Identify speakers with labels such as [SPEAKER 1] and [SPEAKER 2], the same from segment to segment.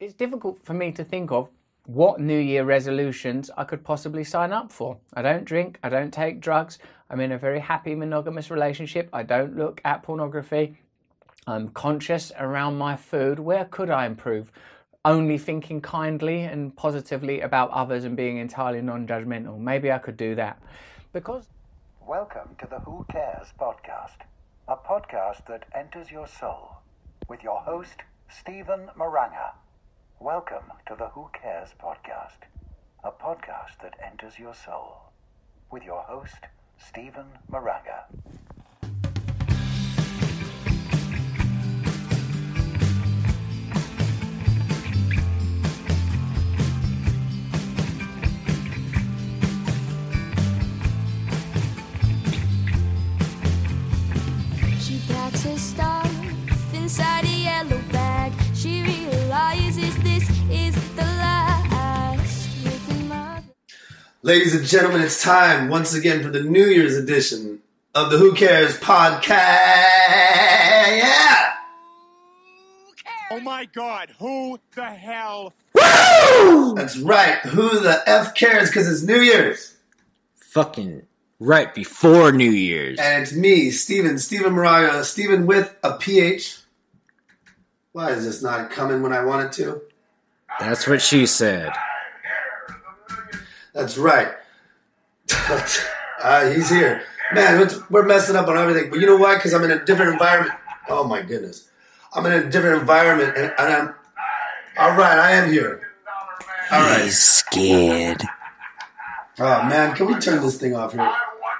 [SPEAKER 1] It's difficult for me to think of what New Year resolutions I could possibly sign up for. I don't drink, I don't take drugs, I'm in a very happy monogamous relationship, I don't look at pornography, I'm conscious around my food. Where could I improve? Only thinking kindly and positively about others and being entirely non judgmental. Maybe I could do that. Because
[SPEAKER 2] Welcome to the Who Cares podcast, a podcast that enters your soul with your host, Stephen Moranga. Welcome to the Who Cares podcast, a podcast that enters your soul with your host, Stephen Moranga.
[SPEAKER 3] She packs her stuff inside a yellow bag. She realizes this is the last with her mother.
[SPEAKER 4] Ladies and gentlemen, it's time once again for the New Year's edition of the Who Cares podcast. Yeah!
[SPEAKER 5] Oh my god, who the hell?
[SPEAKER 4] That's right. Who the F cares because it's New Year's?
[SPEAKER 6] fucking right before New Year's.
[SPEAKER 4] And it's me, Steven, Steven Moraga, Steven with a PH. Why is this not coming when I want it to?
[SPEAKER 6] That's what she said.
[SPEAKER 4] That's right. uh, he's here. Man, it's- we're messing up on everything. But you know why? Because I'm in a different environment. Oh my goodness. I'm in a different environment and, and I'm. All right, I am here. All right.
[SPEAKER 6] He's scared.
[SPEAKER 4] Oh man, can we turn this thing off here?
[SPEAKER 7] I want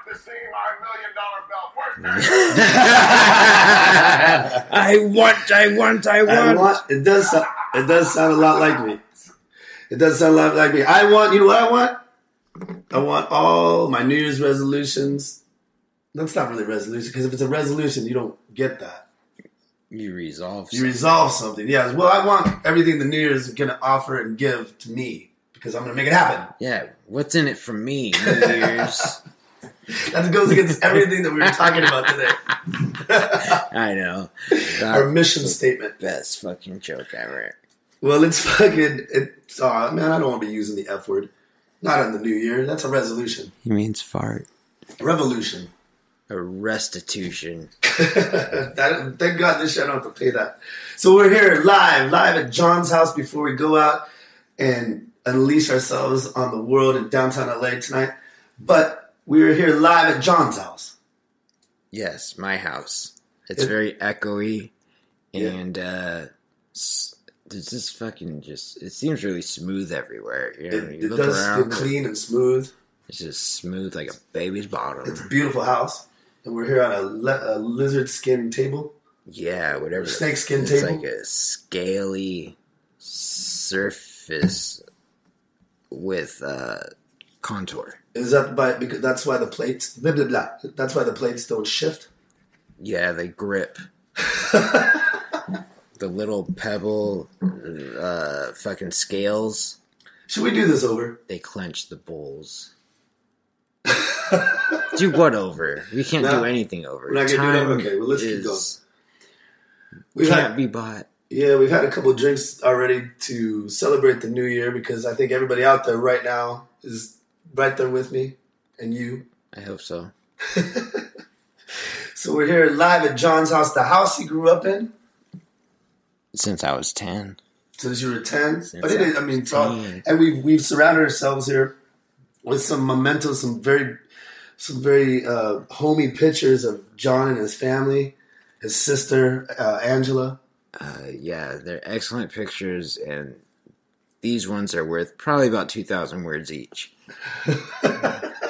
[SPEAKER 7] to see my million dollar belt. Where's
[SPEAKER 6] I want, I want, I
[SPEAKER 4] I
[SPEAKER 6] want.
[SPEAKER 4] want it does so- it does sound a lot like me. It does sound a lot like me. I want you know what I want? I want all my New Year's resolutions. That's not really a resolution because if it's a resolution, you don't get that.
[SPEAKER 6] You resolve.
[SPEAKER 4] You resolve something. Yes. Well, I want everything the New Year's is going to offer and give to me because I'm going to make it happen.
[SPEAKER 6] yeah, what's in it for me? New Year's.
[SPEAKER 4] That goes against everything that we were talking about today.
[SPEAKER 6] I know.
[SPEAKER 4] Our
[SPEAKER 6] The
[SPEAKER 4] mission statement.
[SPEAKER 6] best fucking joke ever.
[SPEAKER 4] Well, it's fucking. It's, aw, man, I don't want to be using the F word. Not on the new year. That's a resolution.
[SPEAKER 6] He means fart.
[SPEAKER 4] Revolution.
[SPEAKER 6] A restitution.
[SPEAKER 4] That, thank God this year I don't have to pay that. So we're here live, live at John's house before we go out and unleash ourselves on the world in downtown LA tonight. But we are here live at John's house.
[SPEAKER 6] Yes, my house. It's very echoey,
[SPEAKER 4] Yeah.
[SPEAKER 6] and uh, s- it's just fucking just. It seems really smooth everywhere. You know,
[SPEAKER 4] It,
[SPEAKER 6] you
[SPEAKER 4] it
[SPEAKER 6] look
[SPEAKER 4] does feel
[SPEAKER 6] around,
[SPEAKER 4] clean and smooth.
[SPEAKER 6] it's just smooth like a baby's bottom.
[SPEAKER 4] It's a beautiful house. And we're here on a, le- a lizard skin table.
[SPEAKER 6] Yeah, whatever. the-
[SPEAKER 4] Snakeskin
[SPEAKER 6] it's
[SPEAKER 4] table?
[SPEAKER 6] like a scaly surface with uh, contour.
[SPEAKER 4] Is that by, because that's why the plates, blah, blah, blah. That's why the plates don't shift.
[SPEAKER 6] Yeah, they grip. the little pebble uh, fucking scales,
[SPEAKER 4] Should we do this over?
[SPEAKER 6] they clench the bowls. do what over? We can't
[SPEAKER 4] No,
[SPEAKER 6] do anything over.
[SPEAKER 4] we're not gonna do that.
[SPEAKER 6] Time
[SPEAKER 4] Okay, well, let's keep
[SPEAKER 6] Can't
[SPEAKER 4] We've had,
[SPEAKER 6] be bought.
[SPEAKER 4] yeah, we've had a couple drinks already to celebrate the new year because I think everybody out there right now is right there with me and you.
[SPEAKER 6] I hope so.
[SPEAKER 4] So we're here live at John's house, the house he grew up in
[SPEAKER 6] Since I was ten.
[SPEAKER 4] since you were 10. but
[SPEAKER 6] I
[SPEAKER 4] it is, I
[SPEAKER 6] was
[SPEAKER 4] mean, it's all,
[SPEAKER 6] 10.
[SPEAKER 4] and we've, we've surrounded ourselves here with some mementos, some very, some very uh, homey pictures of John and his family, his sister, uh, Angela.
[SPEAKER 6] Uh, yeah, they're excellent pictures, and these ones are worth probably about two thousand words each.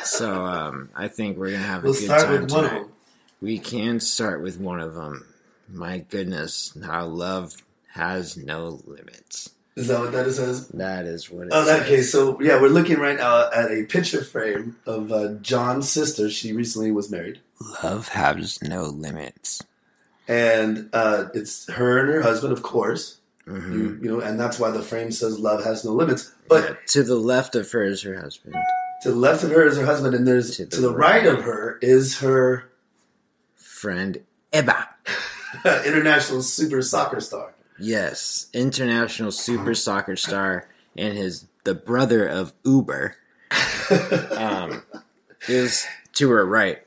[SPEAKER 6] so um, I think we're gonna have a
[SPEAKER 4] We'll
[SPEAKER 6] good
[SPEAKER 4] start
[SPEAKER 6] time
[SPEAKER 4] with one
[SPEAKER 6] tonight.
[SPEAKER 4] of them.
[SPEAKER 6] We can start with one of them. My goodness, how love has no limits.
[SPEAKER 4] Is that what that is? says?
[SPEAKER 6] That is what. It
[SPEAKER 4] Oh, that,
[SPEAKER 6] says.
[SPEAKER 4] okay. So yeah, we're looking right now at a picture frame of uh, John's sister. She recently was married,
[SPEAKER 6] Love has no limits.
[SPEAKER 4] and uh, it's her and her husband, of course.
[SPEAKER 6] hmm
[SPEAKER 4] You, you know, and that's why the frame says "Love has no limits." But
[SPEAKER 6] to the left of her is her husband.
[SPEAKER 4] to the left of her is her husband, and there's to the, right. of her is her
[SPEAKER 6] Friend Eba.
[SPEAKER 4] international uh, super soccer star.
[SPEAKER 6] Yes, international super soccer star and his the brother of Uber um, is to her right.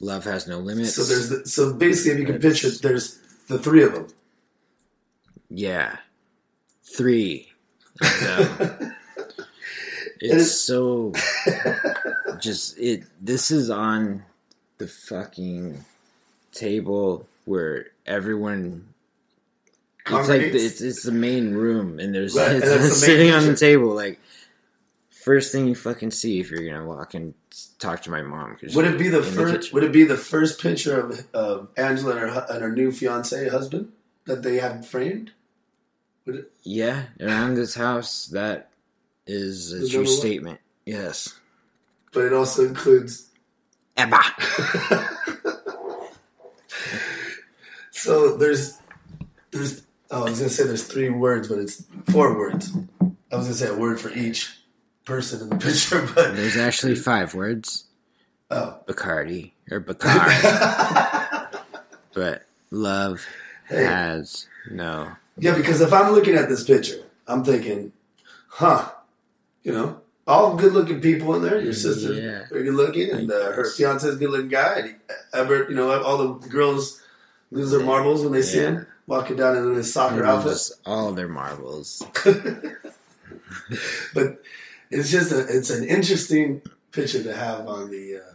[SPEAKER 6] Love has no limits.
[SPEAKER 4] So there's the, so basically, if you can picture, there's the three of them.
[SPEAKER 6] yeah, three. And, um, it's so just it. This is on the fucking table where everyone. It's like
[SPEAKER 4] Congregates.
[SPEAKER 6] the, it's, it's the main room, and there's
[SPEAKER 4] Right, and
[SPEAKER 6] it's
[SPEAKER 4] that's the main
[SPEAKER 6] sitting on the
[SPEAKER 4] kitchen.
[SPEAKER 6] table. Like first thing you fucking see if you're gonna walk and talk to my mom. 'cause
[SPEAKER 4] Would
[SPEAKER 6] she's
[SPEAKER 4] it be the
[SPEAKER 6] in
[SPEAKER 4] first?
[SPEAKER 6] kitchen.
[SPEAKER 4] would it be the first picture of, of Angela and her hu- and her new fiance husband that they have framed? Would it,
[SPEAKER 6] Yeah, around this house, that is a
[SPEAKER 4] The
[SPEAKER 6] true
[SPEAKER 4] number one?
[SPEAKER 6] statement. Yes.
[SPEAKER 4] but it also includes.
[SPEAKER 6] Ebba.
[SPEAKER 4] So there's there's. Oh, I was gonna say there's three words, but it's four words. I was gonna say a word for each person in the picture, but
[SPEAKER 6] There's actually five words.
[SPEAKER 4] Oh.
[SPEAKER 6] Bacardi or Bacar. but love has no.
[SPEAKER 4] Yeah, because if I'm looking at this picture, I'm thinking, huh, you know, all good looking people in there. Your sister's
[SPEAKER 6] Mm, Yeah.
[SPEAKER 4] very good looking, and uh, her fiance's good looking guy. And Everett, you know, all the girls lose their marbles when they see him walking down in his
[SPEAKER 6] Mm.
[SPEAKER 4] soccer outfit.
[SPEAKER 6] Just all their marbles.
[SPEAKER 4] But it's just a, it's an interesting picture to have on the uh,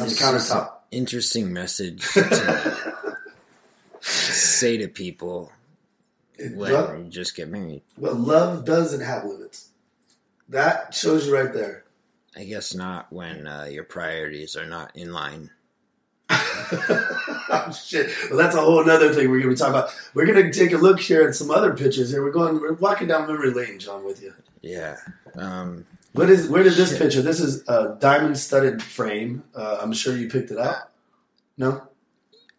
[SPEAKER 4] on the
[SPEAKER 6] It's just an
[SPEAKER 4] countertop.
[SPEAKER 6] Interesting message to say to people
[SPEAKER 4] It-
[SPEAKER 6] when
[SPEAKER 4] well,
[SPEAKER 6] you just get married.
[SPEAKER 4] well, love doesn't have limits. That shows you right there.
[SPEAKER 6] I guess not when uh, your priorities are not in line.
[SPEAKER 4] Oh, shit. Well, that's a whole other thing we're going to be talking about. We're going to take a look here at some other pictures here. We're going, we're walking down memory lane, John, with you.
[SPEAKER 6] Yeah. Um,
[SPEAKER 4] What is, where did this picture? This is a diamond studded frame. Uh, I'm sure you picked it up. No?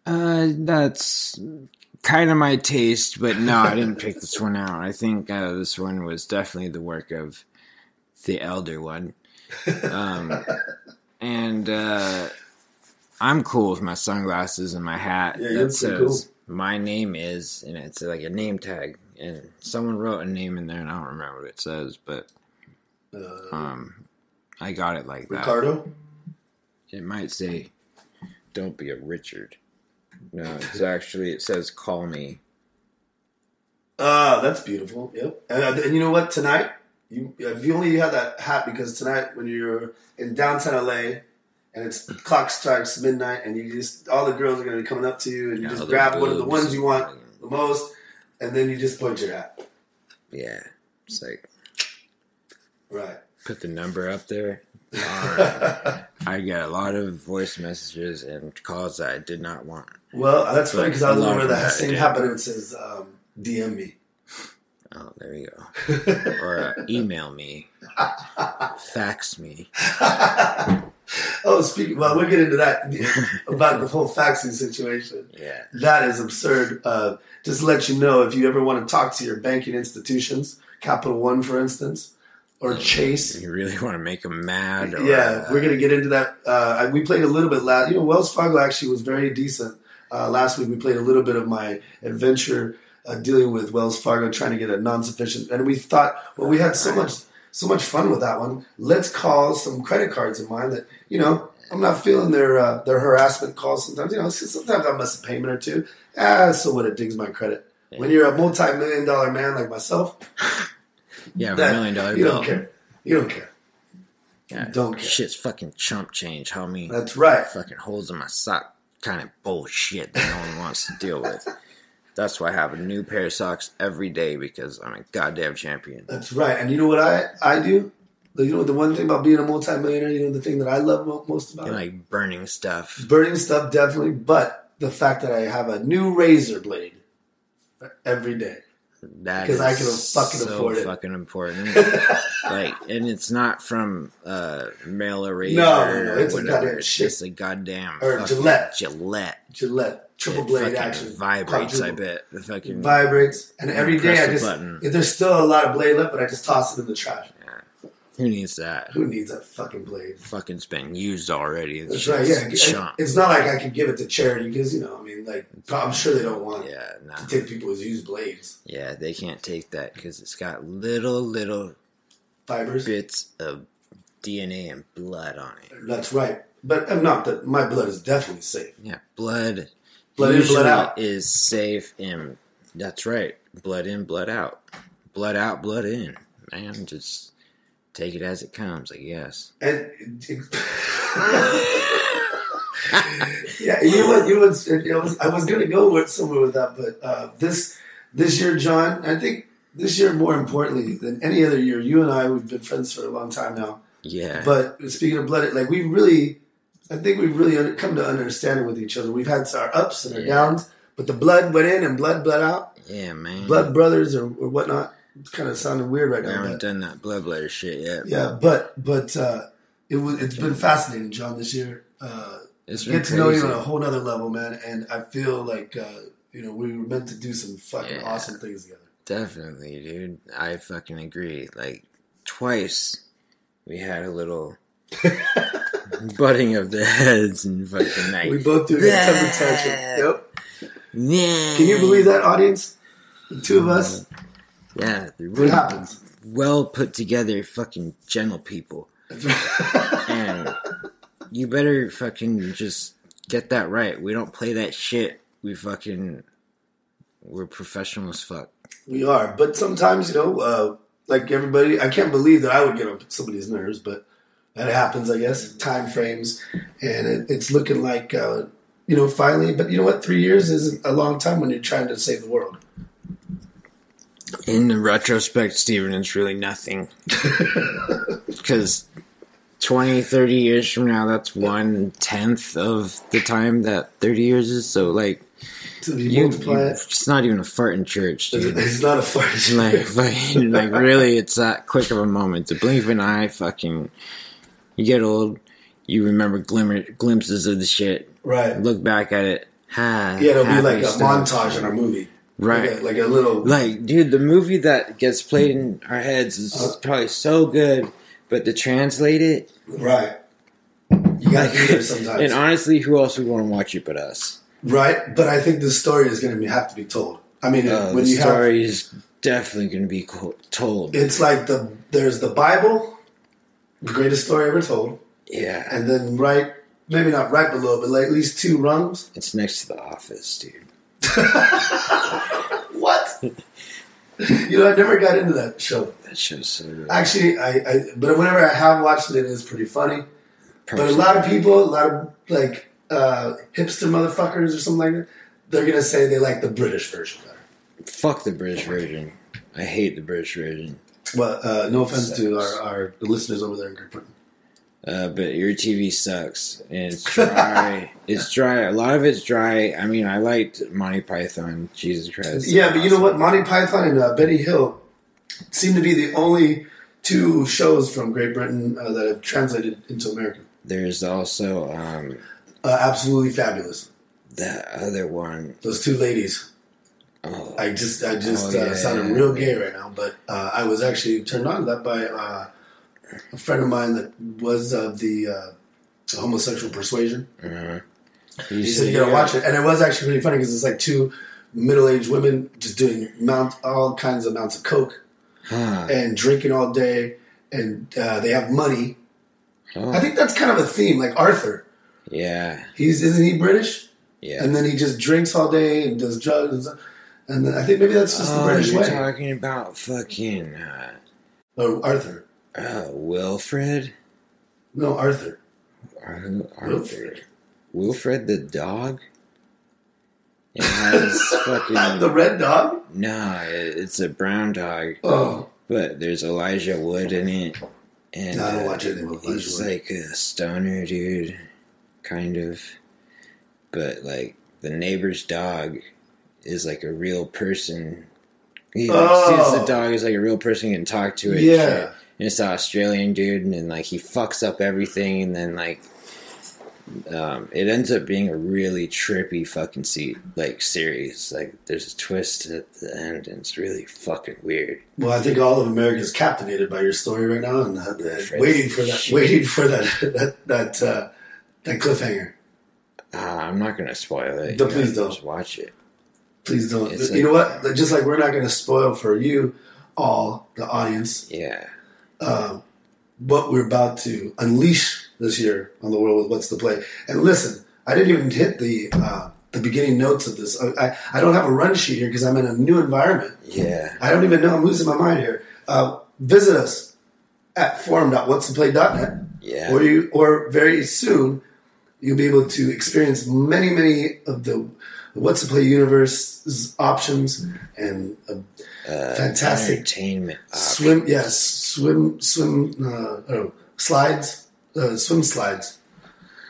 [SPEAKER 6] Uh, that's kind of my taste, but no, I didn't pick this one out. I think uh, this one was definitely the work of the elder one. Um, and uh, I'm cool with my sunglasses and my hat
[SPEAKER 4] Yeah, you
[SPEAKER 6] that
[SPEAKER 4] look
[SPEAKER 6] says
[SPEAKER 4] pretty cool.
[SPEAKER 6] my name is, and it's like a name tag. And someone wrote a name in there, and I don't remember what it says, but
[SPEAKER 4] Uh,
[SPEAKER 6] um, I got it like that.
[SPEAKER 4] Ricardo?
[SPEAKER 6] It might say, "Don't be a Richard." No, it's actually it says, "Call me."
[SPEAKER 4] Ah, that's beautiful. Yep. And, uh, and you know what? Tonight, you if you only had that hat because tonight when you're in downtown LA and it's clock strikes midnight and you just all the girls are going to be coming up to you and you
[SPEAKER 6] Yeah,
[SPEAKER 4] just
[SPEAKER 6] all the
[SPEAKER 4] grab one of the
[SPEAKER 6] boobs.
[SPEAKER 4] ones you want the most and then you just point your hat.
[SPEAKER 6] Yeah, it's like
[SPEAKER 4] Right.
[SPEAKER 6] put the number up there. Alright. I got a lot of voice messages and calls that I did not want.
[SPEAKER 4] Well, that's funny
[SPEAKER 6] Like,
[SPEAKER 4] because I was
[SPEAKER 6] a lot
[SPEAKER 4] over
[SPEAKER 6] of
[SPEAKER 4] that
[SPEAKER 6] that,
[SPEAKER 4] same
[SPEAKER 6] yeah.
[SPEAKER 4] hat, but it says um, DM me.
[SPEAKER 6] Oh, there you go. or uh, email me, fax me.
[SPEAKER 4] Oh, speaking. Well, we'll get into that about the whole faxing situation.
[SPEAKER 6] Yeah.
[SPEAKER 4] That is absurd. Uh, just to let you know, if you ever want to talk to your banking institutions, Capital One, for instance, or Chase.
[SPEAKER 6] You really want to make them mad? Or,
[SPEAKER 4] Yeah,
[SPEAKER 6] uh,
[SPEAKER 4] we're gonna get into that. Uh, we played a little bit last. You know, Wells Fargo actually was very decent uh, last week. We played a little bit of my adventure uh, dealing with Wells Fargo, trying to get a non-sufficient, and we thought, well, we had so much so much fun with that one. Let's call some credit cards of mine that you know. I'm not feeling their uh, their harassment calls sometimes. You know, sometimes I miss a payment or two. Ah, so what? It digs my credit. When you're a multi-million dollar man like myself,
[SPEAKER 6] yeah,
[SPEAKER 4] that,
[SPEAKER 6] a million dollar
[SPEAKER 4] you
[SPEAKER 6] bill.
[SPEAKER 4] don't care. You don't care.
[SPEAKER 6] Yeah,
[SPEAKER 4] don't care.
[SPEAKER 6] Shit's fucking chump change, homie.
[SPEAKER 4] That's right.
[SPEAKER 6] fucking holes in my sock kind of bullshit that no one wants to deal with. That's why I have a new pair of socks every day because I'm a goddamn champion.
[SPEAKER 4] That's right. And you know what I, I do? You know the one thing about being a multimillionaire, you know the thing that I love mo- most about
[SPEAKER 6] I
[SPEAKER 4] it?
[SPEAKER 6] like burning stuff.
[SPEAKER 4] Burning stuff, definitely, but the fact that I have a new razor blade every day.
[SPEAKER 6] That
[SPEAKER 4] 'Cause I
[SPEAKER 6] is
[SPEAKER 4] can fucking
[SPEAKER 6] so
[SPEAKER 4] afford it.
[SPEAKER 6] fucking important. like, and it's not from uh, mail or razor.
[SPEAKER 4] No, no,
[SPEAKER 6] or
[SPEAKER 4] no, it's a
[SPEAKER 6] whatever.
[SPEAKER 4] goddamn
[SPEAKER 6] It's
[SPEAKER 4] shit.
[SPEAKER 6] just a goddamn
[SPEAKER 4] Or
[SPEAKER 6] fucking
[SPEAKER 4] Gillette.
[SPEAKER 6] Gillette.
[SPEAKER 4] Gillette, triple
[SPEAKER 6] It
[SPEAKER 4] blade
[SPEAKER 6] fucking
[SPEAKER 4] action.
[SPEAKER 6] vibrates. I
[SPEAKER 4] quadruple.
[SPEAKER 6] bet the
[SPEAKER 4] It
[SPEAKER 6] fucking
[SPEAKER 4] vibrates. And every day
[SPEAKER 6] press
[SPEAKER 4] I
[SPEAKER 6] the
[SPEAKER 4] just,
[SPEAKER 6] button.
[SPEAKER 4] if there's still a lot of blade left, but I just toss it in the trash.
[SPEAKER 6] Who needs that?
[SPEAKER 4] Who needs that fucking blade?
[SPEAKER 6] Fucking been used already.
[SPEAKER 4] That's right. Yeah,
[SPEAKER 6] It's
[SPEAKER 4] It-
[SPEAKER 6] junk.
[SPEAKER 4] it's not like I could give it to charity because you know, I mean, like I'm sure they don't want
[SPEAKER 6] yeah, nah.
[SPEAKER 4] to take people's used blades,
[SPEAKER 6] yeah. They can't take that because it's got little little
[SPEAKER 4] fibers.
[SPEAKER 6] bits of DNA and blood on it.
[SPEAKER 4] That's right. But I'm not that my blood is definitely safe.
[SPEAKER 6] Yeah, blood.
[SPEAKER 4] Blood in, blood
[SPEAKER 6] usually
[SPEAKER 4] out.
[SPEAKER 6] is safe and that's right. Blood in, blood out. Blood out, blood in. Man, just take it as it comes, I guess.
[SPEAKER 4] And yeah, you know what? You know what's- you know, I was, I was gonna go with somewhere with that, but uh, this this year, John, I think this year more importantly than any other year, you and I we've been friends for a long time now.
[SPEAKER 6] Yeah.
[SPEAKER 4] But speaking of blood, like we really, I think we've really under- come to understanding with each other. We've had our ups and our
[SPEAKER 6] Yeah. Mm-hmm.
[SPEAKER 4] downs, but the blood went in and blood bled out.
[SPEAKER 6] yeah, man.
[SPEAKER 4] Blood brothers or, or whatnot. It's kind of sounding weird right
[SPEAKER 6] I
[SPEAKER 4] now.
[SPEAKER 6] haven't
[SPEAKER 4] but-
[SPEAKER 6] done that blood bladder shit yet.
[SPEAKER 4] yeah, but but uh, it was it's been fascinating, John. This year, uh,
[SPEAKER 6] It's
[SPEAKER 4] get
[SPEAKER 6] been
[SPEAKER 4] to know you
[SPEAKER 6] crazy.
[SPEAKER 4] on a whole nother level, man. And I feel like uh, you know we were meant to do some fucking
[SPEAKER 6] Yeah.
[SPEAKER 4] awesome things together.
[SPEAKER 6] Definitely, dude. I fucking agree. Like twice we had a little butting of the heads and fucking like
[SPEAKER 4] We both threw a temper tantrum. Yep. Can you believe that, audience? The two of us.
[SPEAKER 6] Yeah, they're
[SPEAKER 4] It
[SPEAKER 6] really
[SPEAKER 4] happens.
[SPEAKER 6] well put together fucking gentle people. and you better fucking just get that right. We don't play that shit. We fucking we're professional as fuck.
[SPEAKER 4] We are, but sometimes you know, uh, like everybody, I can't believe that I would get on somebody's nerves, but that happens, I
[SPEAKER 6] Mm-hmm.
[SPEAKER 4] guess. Time frames, and it, it's looking like uh, you know, finally. But you know what? Three years isn't a long time when you're trying to save the world.
[SPEAKER 6] In the retrospect, Steven, it's really nothing. Because 20, 30 years from now, that's one tenth of the time that 30 years is. So, like,
[SPEAKER 4] So you,
[SPEAKER 6] you,
[SPEAKER 4] multiply
[SPEAKER 6] you-
[SPEAKER 4] it.
[SPEAKER 6] it's not even a fart in church, dude.
[SPEAKER 4] It's not a
[SPEAKER 6] It's
[SPEAKER 4] fart.
[SPEAKER 6] like fucking, like really it's that quick of a moment to blink of an eye fucking you get old you remember glimmer glimpses of the shit
[SPEAKER 4] right?
[SPEAKER 6] look back at it ha
[SPEAKER 4] Yeah, it'll be
[SPEAKER 6] happy
[SPEAKER 4] like a
[SPEAKER 6] stuff.
[SPEAKER 4] montage in our movie, Like
[SPEAKER 6] right
[SPEAKER 4] a, like a little.
[SPEAKER 6] like dude the movie that gets played in our heads is
[SPEAKER 4] Uh-huh.
[SPEAKER 6] probably so good but to translate it
[SPEAKER 4] Right. You gotta be there sometimes,
[SPEAKER 6] and honestly who else would want to watch it but us
[SPEAKER 4] right? But I think the story is gonna be, have to be told. I mean,
[SPEAKER 6] uh,
[SPEAKER 4] when
[SPEAKER 6] the
[SPEAKER 4] you
[SPEAKER 6] story is definitely going to be co- told
[SPEAKER 4] have, it's like the there's the Bible, the greatest story ever told,
[SPEAKER 6] yeah
[SPEAKER 4] and then right, maybe not right below, but like at least two rungs.
[SPEAKER 6] it's next to the office dude
[SPEAKER 4] What? you know, I never got into that show.
[SPEAKER 6] that show's so good
[SPEAKER 4] Actually, I, I but whenever I have watched it, it is pretty funny. But a lot of people, a lot of like uh, hipster motherfuckers or something like that, they're gonna say they like the British version better.
[SPEAKER 6] Fuck the British version. I hate the British version.
[SPEAKER 4] Well, uh, no offense to our, our listeners over there in Great Britain.
[SPEAKER 6] Uh, but your TV sucks and it's dry. it's dry. A lot of it's dry. I mean, I liked Monty Python. Jesus Christ.
[SPEAKER 4] Yeah, but you know what? Monty Python and uh, Betty Hill seem to be the only two shows from Great Britain uh, that have translated into American.
[SPEAKER 6] There's also um,
[SPEAKER 4] Uh, absolutely fabulous.
[SPEAKER 6] that other one.
[SPEAKER 4] Those two ladies.
[SPEAKER 6] Oh,
[SPEAKER 4] I just, I just
[SPEAKER 6] Oh,
[SPEAKER 4] uh,
[SPEAKER 6] yeah,
[SPEAKER 4] sounded
[SPEAKER 6] yeah,
[SPEAKER 4] real
[SPEAKER 6] yeah.
[SPEAKER 4] gay right now, but uh, I was actually turned on to that by uh, a friend of mine that was of the uh, homosexual persuasion.
[SPEAKER 6] you
[SPEAKER 4] He said you gotta watch it, and it was actually really funny because it's like two middle-aged women just doing mount all kinds of amounts of coke
[SPEAKER 6] Huh.
[SPEAKER 4] and drinking all day, and uh, they have money.
[SPEAKER 6] Oh.
[SPEAKER 4] I think that's kind of a theme. Like Arthur,
[SPEAKER 6] Yeah.
[SPEAKER 4] he's isn't he British?
[SPEAKER 6] Yeah.
[SPEAKER 4] And then he just drinks all day and does drugs, and, stuff. and then I think maybe that's just the
[SPEAKER 6] oh,
[SPEAKER 4] British
[SPEAKER 6] you're
[SPEAKER 4] way.
[SPEAKER 6] talking about fucking uh,
[SPEAKER 4] oh, Arthur,
[SPEAKER 6] uh, Wilfred.
[SPEAKER 4] no Arthur.
[SPEAKER 6] Ar- Arthur. Wilfred the dog. It has fucking
[SPEAKER 4] the Red Dog.
[SPEAKER 6] No, it, it's a brown dog,
[SPEAKER 4] Oh,
[SPEAKER 6] but there's Elijah Wood in it, and
[SPEAKER 4] No, I don't watch
[SPEAKER 6] uh,
[SPEAKER 4] anything with Elijah
[SPEAKER 6] he's
[SPEAKER 4] Wood.
[SPEAKER 6] like a stoner dude, kind of. But like the neighbor's dog is like a real person. He like,
[SPEAKER 4] Oh.
[SPEAKER 6] sees the dog is like a real person and can talk to it. and
[SPEAKER 4] Yeah.
[SPEAKER 6] shit. and it's an Australian dude, and then like he fucks up everything, and then like um, it ends up being a really trippy fucking seat like series. Like there's a twist at the end, and it's really fucking weird.
[SPEAKER 4] Well, I think all of America is captivated by your story right now, and uh,
[SPEAKER 6] Fresh
[SPEAKER 4] waiting for that,
[SPEAKER 6] shit.
[SPEAKER 4] waiting for that that that, uh, that cliffhanger.
[SPEAKER 6] Uh, I'm not gonna spoil it.
[SPEAKER 4] No,
[SPEAKER 6] You
[SPEAKER 4] please
[SPEAKER 6] guys
[SPEAKER 4] don't.
[SPEAKER 6] Just watch it.
[SPEAKER 4] Please don't.
[SPEAKER 6] It's
[SPEAKER 4] you know
[SPEAKER 6] like-
[SPEAKER 4] what? Just like we're not going to spoil for you all, the audience,
[SPEAKER 6] Yeah,
[SPEAKER 4] what we're about to unleash this year on the world with what's the play. And listen, I didn't even hit the uh, the beginning notes of this. I, I, I don't have a run sheet here because I'm in a new environment.
[SPEAKER 6] yeah.
[SPEAKER 4] I don't even know. I'm losing my mind here. Uh, visit us at forum.whatstheplay.net.
[SPEAKER 6] Yeah.
[SPEAKER 4] Or you, or very soon, you'll be able to experience many, many of the What's the Play universe's options and uh, fantastic
[SPEAKER 6] Entertainment. Uh, option.
[SPEAKER 4] swim. Yes, swim, swim, uh, oh, slides, uh, swim slides.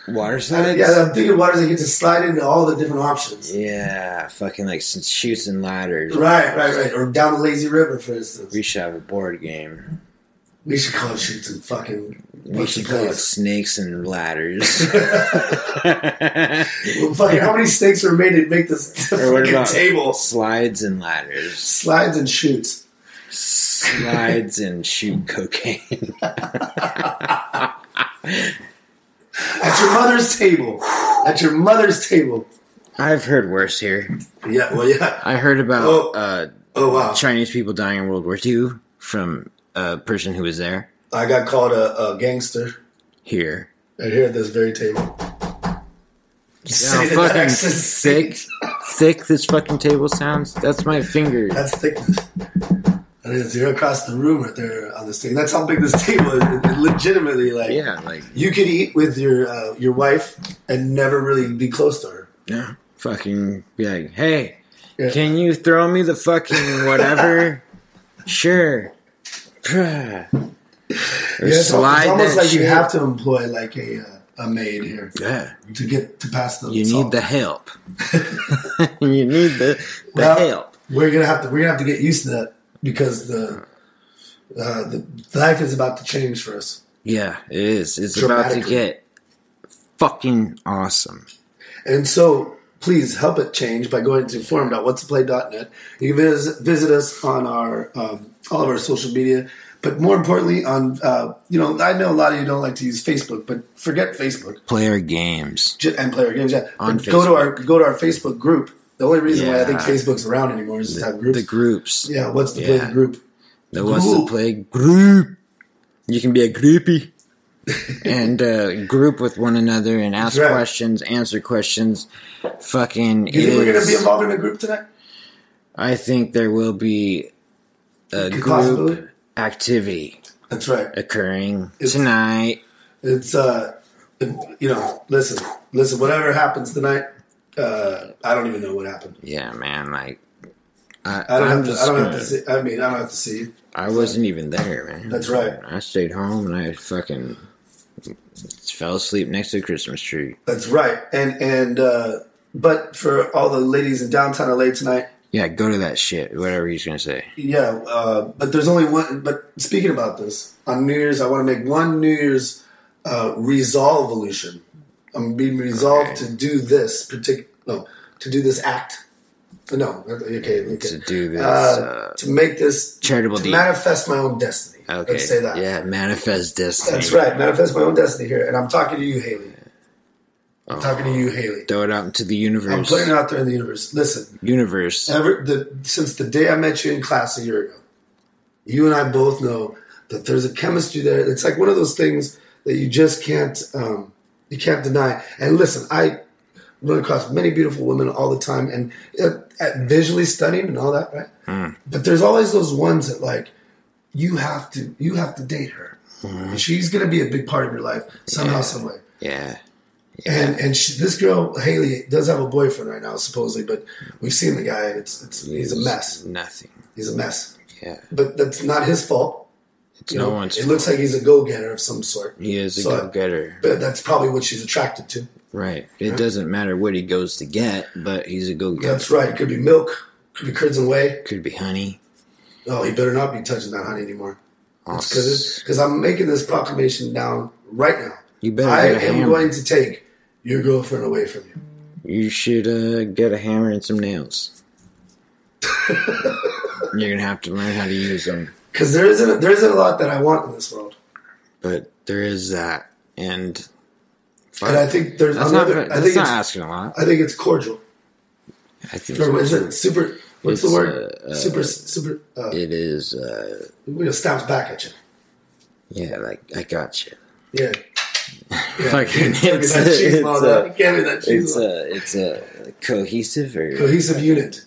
[SPEAKER 6] Water
[SPEAKER 4] I,
[SPEAKER 6] slides.
[SPEAKER 4] yeah, I'm thinking waters. I get to slide into all the different options.
[SPEAKER 6] Yeah, fucking like since shoots and ladders.
[SPEAKER 4] Right, right, right. Or down the lazy river, for instance.
[SPEAKER 6] We should have a board game.
[SPEAKER 4] We should call it shoots and fucking.
[SPEAKER 6] We
[SPEAKER 4] What's
[SPEAKER 6] should
[SPEAKER 4] the
[SPEAKER 6] call it
[SPEAKER 4] play?
[SPEAKER 6] snakes and ladders.
[SPEAKER 4] Well, fucking, how many snakes were made to make this
[SPEAKER 6] or what
[SPEAKER 4] fucking
[SPEAKER 6] about
[SPEAKER 4] table?
[SPEAKER 6] slides and ladders?
[SPEAKER 4] Slides and shoots.
[SPEAKER 6] Slides and shoot cocaine.
[SPEAKER 4] At your mother's table. At your mother's table.
[SPEAKER 6] I've heard worse here.
[SPEAKER 4] Yeah, well, yeah.
[SPEAKER 6] I heard about
[SPEAKER 4] Oh.
[SPEAKER 6] uh,
[SPEAKER 4] Oh, wow.
[SPEAKER 6] Chinese people dying in World War II from a person who was there.
[SPEAKER 4] I got called a, a gangster
[SPEAKER 6] Here.
[SPEAKER 4] right here at this very table.
[SPEAKER 6] You know how
[SPEAKER 4] Say that
[SPEAKER 6] fucking
[SPEAKER 4] accent.
[SPEAKER 6] thick, thick this fucking table sounds. That's my finger.
[SPEAKER 4] That's thickness. That is, you're across the room right there on this thing. That's how big this table is. It- it legitimately, like,
[SPEAKER 6] Yeah, like
[SPEAKER 4] you could eat with your uh, your wife and never really be close to her.
[SPEAKER 6] yeah, fucking be like, hey,
[SPEAKER 4] Yeah.
[SPEAKER 6] can you throw me the fucking whatever? sure. Bruh. Or
[SPEAKER 4] Yeah, it's, al- it's
[SPEAKER 6] slide
[SPEAKER 4] almost
[SPEAKER 6] that
[SPEAKER 4] like you
[SPEAKER 6] shit.
[SPEAKER 4] have to employ like a uh, a maid here
[SPEAKER 6] Yeah.
[SPEAKER 4] to get to pass the.
[SPEAKER 6] You
[SPEAKER 4] salt.
[SPEAKER 6] need the help. you need the, the
[SPEAKER 4] Well,
[SPEAKER 6] help.
[SPEAKER 4] We're gonna have to. We're gonna have to get used to that because the uh, the life is about to change for us.
[SPEAKER 6] Yeah, it is. It's about to
[SPEAKER 4] Dramatically.
[SPEAKER 6] get fucking awesome.
[SPEAKER 4] And so please help it change by going to forum.whatsplay.net. You can vis- visit us on our um, all of our social media, but more importantly, on uh, you know I know a lot of you don't like to use Facebook, but forget Facebook
[SPEAKER 6] Player games.
[SPEAKER 4] j- and player games. Yeah,
[SPEAKER 6] On
[SPEAKER 4] But go to
[SPEAKER 6] Facebook.
[SPEAKER 4] our go to our Facebook group. The only reason why I think
[SPEAKER 6] Yeah.
[SPEAKER 4] Facebook's around anymore is to have groups.
[SPEAKER 6] The groups.
[SPEAKER 4] yeah, what's the
[SPEAKER 6] Yeah.
[SPEAKER 4] play group?
[SPEAKER 6] That wants to
[SPEAKER 4] Group.
[SPEAKER 6] play group. You can be a groupie and uh, group with one another and ask
[SPEAKER 4] Right.
[SPEAKER 6] questions, answer questions. Fucking
[SPEAKER 4] You think we're gonna be
[SPEAKER 6] is-
[SPEAKER 4] involved in a group tonight?
[SPEAKER 6] I think there will be a
[SPEAKER 4] Good possibility.
[SPEAKER 6] group activity
[SPEAKER 4] That's right.
[SPEAKER 6] occurring
[SPEAKER 4] It's-
[SPEAKER 6] tonight.
[SPEAKER 4] It's uh, you know, listen, listen. Whatever happens tonight, uh, I don't even know what happened.
[SPEAKER 6] Yeah, man. Like I,
[SPEAKER 4] I don't
[SPEAKER 6] I'm
[SPEAKER 4] have to.
[SPEAKER 6] just
[SPEAKER 4] I don't have
[SPEAKER 6] gonna-
[SPEAKER 4] to see. I mean, I don't have to see.
[SPEAKER 6] I wasn't even there, man.
[SPEAKER 4] That's right.
[SPEAKER 6] I stayed home and I fucking fell asleep next to the Christmas tree.
[SPEAKER 4] That's right. And and uh, but for all the ladies in downtown LA tonight,
[SPEAKER 6] Yeah, go to that shit. Whatever he's gonna say.
[SPEAKER 4] yeah. Uh, but there's only one. But speaking about this on New Year's, I want to make one New Year's uh, resolution. I'm being resolved
[SPEAKER 6] Okay.
[SPEAKER 4] to do this particular. No, to do this act. No. Okay. okay.
[SPEAKER 6] To do this.
[SPEAKER 4] uh,
[SPEAKER 6] uh,
[SPEAKER 4] to make this
[SPEAKER 6] charitable
[SPEAKER 4] to
[SPEAKER 6] deed.
[SPEAKER 4] manifest my own destiny.
[SPEAKER 6] Okay.
[SPEAKER 4] Let's say that.
[SPEAKER 6] Yeah, manifest destiny.
[SPEAKER 4] That's right. Manifest my own destiny here, and I'm talking to you, Haley. I'm talking to you, Haley.
[SPEAKER 6] Throw it out into the
[SPEAKER 4] I'm
[SPEAKER 6] universe.
[SPEAKER 4] putting it out there in the universe. Listen,
[SPEAKER 6] universe.
[SPEAKER 4] ever the since the day I met you in class a year ago, you and I both know that there's a chemistry there. It's like one of those things that you just can't um, you can't deny. And listen, I run across many beautiful women all the time, and uh, uh, visually stunning and all that, right? But there's always those ones that like you have to you have to date her. She's gonna be a big part of your life somehow, some way.
[SPEAKER 6] yeah.
[SPEAKER 4] And and she, this girl Haley does have a boyfriend right now, supposedly, but we've seen the guy, and it's, it's he's a mess.
[SPEAKER 6] Nothing.
[SPEAKER 4] He's a mess.
[SPEAKER 6] Yeah.
[SPEAKER 4] But that's not his fault.
[SPEAKER 6] It's
[SPEAKER 4] You
[SPEAKER 6] no
[SPEAKER 4] know,
[SPEAKER 6] one's.
[SPEAKER 4] it looks like he's a go getter of some sort.
[SPEAKER 6] he is a
[SPEAKER 4] So I-
[SPEAKER 6] go getter.
[SPEAKER 4] But that's probably what she's attracted to.
[SPEAKER 6] Right. It doesn't matter what he goes to get, but he's a go getter.
[SPEAKER 4] That's right. It could be milk. Could be curds and whey.
[SPEAKER 6] Could be honey.
[SPEAKER 4] Oh, he better not be touching that honey anymore.
[SPEAKER 6] I'll
[SPEAKER 4] Because I'm making this proclamation now, right now.
[SPEAKER 6] You better
[SPEAKER 4] I
[SPEAKER 6] get a
[SPEAKER 4] am
[SPEAKER 6] hammer.
[SPEAKER 4] going to take your girlfriend away from you.
[SPEAKER 6] You should uh, get a hammer and some nails. You're gonna have to learn how to use them,
[SPEAKER 4] Because there isn't there isn't a lot that I want in this world,
[SPEAKER 6] but there is that, and
[SPEAKER 4] and I think there's
[SPEAKER 6] that's
[SPEAKER 4] another.
[SPEAKER 6] not,
[SPEAKER 4] I
[SPEAKER 6] that's
[SPEAKER 4] think
[SPEAKER 6] not
[SPEAKER 4] it's
[SPEAKER 6] asking a lot.
[SPEAKER 4] I think it's cordial.
[SPEAKER 6] I think
[SPEAKER 4] Or is
[SPEAKER 6] it's-
[SPEAKER 4] it super? What's
[SPEAKER 6] It's,
[SPEAKER 4] the word?
[SPEAKER 6] uh, uh,
[SPEAKER 4] super super. Uh,
[SPEAKER 6] it is. Uh,
[SPEAKER 4] it stamps back at you.
[SPEAKER 6] yeah, like I got you.
[SPEAKER 4] Yeah. yeah.
[SPEAKER 6] Fucking,
[SPEAKER 4] Give me
[SPEAKER 6] it's
[SPEAKER 4] that
[SPEAKER 6] a-
[SPEAKER 4] cheese,
[SPEAKER 6] it's
[SPEAKER 4] mother.
[SPEAKER 6] a-
[SPEAKER 4] Give me that cheese.
[SPEAKER 6] It's uh,
[SPEAKER 4] mother.
[SPEAKER 6] a it's a cohesive or
[SPEAKER 4] Cohesive unit.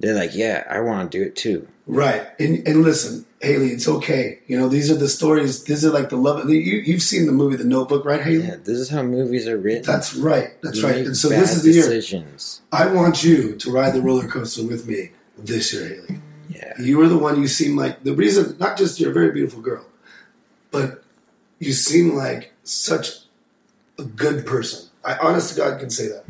[SPEAKER 6] they're like, yeah, I want to do it too.
[SPEAKER 4] Right. And, and listen, Haley, it's okay. You know, these are the stories. These are like the love. You, you've seen the movie The Notebook, right, Haley?
[SPEAKER 6] Yeah, this is how movies are written.
[SPEAKER 4] That's right. That's
[SPEAKER 6] You
[SPEAKER 4] right.
[SPEAKER 6] make
[SPEAKER 4] And so
[SPEAKER 6] bad
[SPEAKER 4] this is the year.
[SPEAKER 6] decisions.
[SPEAKER 4] I want you to ride the roller coaster with me this year, Haley.
[SPEAKER 6] Yeah,
[SPEAKER 4] You were the one you seem like the reason, not just you're a very beautiful girl, but you seem like such a good person. I honest to God can say that.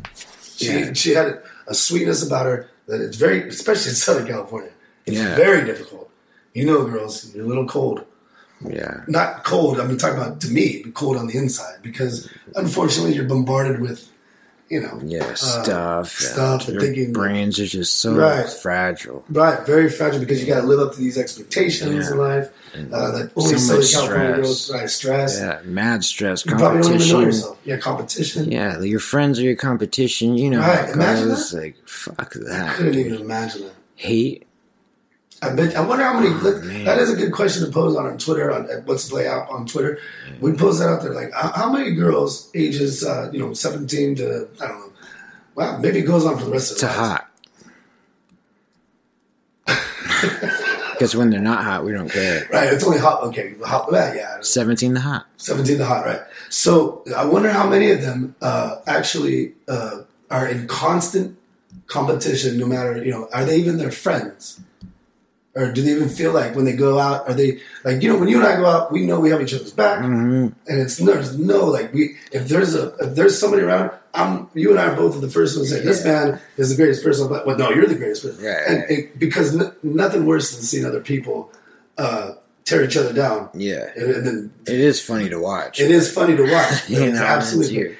[SPEAKER 4] She,
[SPEAKER 6] Yeah.
[SPEAKER 4] she had a sweetness about her that it's very, especially in Southern California, it's
[SPEAKER 6] Yeah.
[SPEAKER 4] very difficult. You know, girls, you're a little cold
[SPEAKER 6] yeah,
[SPEAKER 4] not cold. I'm talking about to me, but cold on the inside because unfortunately you're bombarded with, you know,
[SPEAKER 6] yeah.
[SPEAKER 4] uh,
[SPEAKER 6] Stuff, and
[SPEAKER 4] stuff, and
[SPEAKER 6] Your
[SPEAKER 4] thinking
[SPEAKER 6] brains are just so
[SPEAKER 4] Right.
[SPEAKER 6] fragile.
[SPEAKER 4] right, very fragile because you got to live up to these expectations
[SPEAKER 6] Yeah.
[SPEAKER 4] in life. Uh, that only
[SPEAKER 6] so
[SPEAKER 4] Southern
[SPEAKER 6] much
[SPEAKER 4] California
[SPEAKER 6] stress.
[SPEAKER 4] girls, right? Stress.
[SPEAKER 6] Yeah, mad stress,
[SPEAKER 4] You probably don't even know
[SPEAKER 6] competition.
[SPEAKER 4] yourself. Yeah, competition.
[SPEAKER 6] Yeah, your friends are your competition. You know
[SPEAKER 4] Right,
[SPEAKER 6] how it
[SPEAKER 4] imagine
[SPEAKER 6] goes. Like, fuck
[SPEAKER 4] I couldn't
[SPEAKER 6] that.
[SPEAKER 4] even imagine that.
[SPEAKER 6] Hate.
[SPEAKER 4] I bet. I wonder how many. look,
[SPEAKER 6] Oh, man.
[SPEAKER 4] that is a good question to pose on our Twitter on at What's Play Out on Twitter. We post that out there. Like, how how many girls, ages, uh, you know, seventeen to I don't know. Wow, maybe it goes on for the rest of
[SPEAKER 6] to
[SPEAKER 4] their lives.
[SPEAKER 6] hot. Because when they're not hot, we don't care.
[SPEAKER 4] Right, it's only hot. Okay, hot. Yeah, yeah.
[SPEAKER 6] 17 the hot.
[SPEAKER 4] Seventeen to hot. Right. So I wonder how many of them uh, actually uh, are in constant competition. No matter you know, are they even their friends, or do they even feel like when they go out, are they like you know when you and I go out, we know we have each other's back, and it's there's no like we if there's a if there's somebody around. I'm, you and I are both the first ones to say this man is the greatest person. But well, no, you're the greatest person,
[SPEAKER 6] Right,
[SPEAKER 4] and,
[SPEAKER 6] right.
[SPEAKER 4] it- because n- nothing worse than seeing other people uh, tear each other down.
[SPEAKER 6] Yeah.
[SPEAKER 4] and, and then
[SPEAKER 6] It is funny to watch.
[SPEAKER 4] it is funny to watch.
[SPEAKER 6] You know,
[SPEAKER 4] it's
[SPEAKER 6] when
[SPEAKER 4] absolutely
[SPEAKER 6] it's you.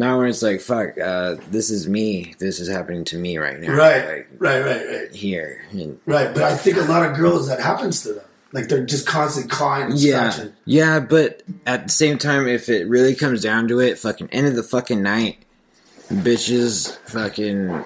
[SPEAKER 6] Not when it's like, fuck, uh, this is me. This is happening to me right now.
[SPEAKER 4] right,
[SPEAKER 6] Like,
[SPEAKER 4] right, right, right,
[SPEAKER 6] here. And
[SPEAKER 4] right. But I think a lot of girls that happens to them, like they're just constantly clawing and
[SPEAKER 6] yeah.
[SPEAKER 4] scratching.
[SPEAKER 6] Yeah, but at the same time, if it really comes down to it, fucking end of the fucking night, bitches fucking.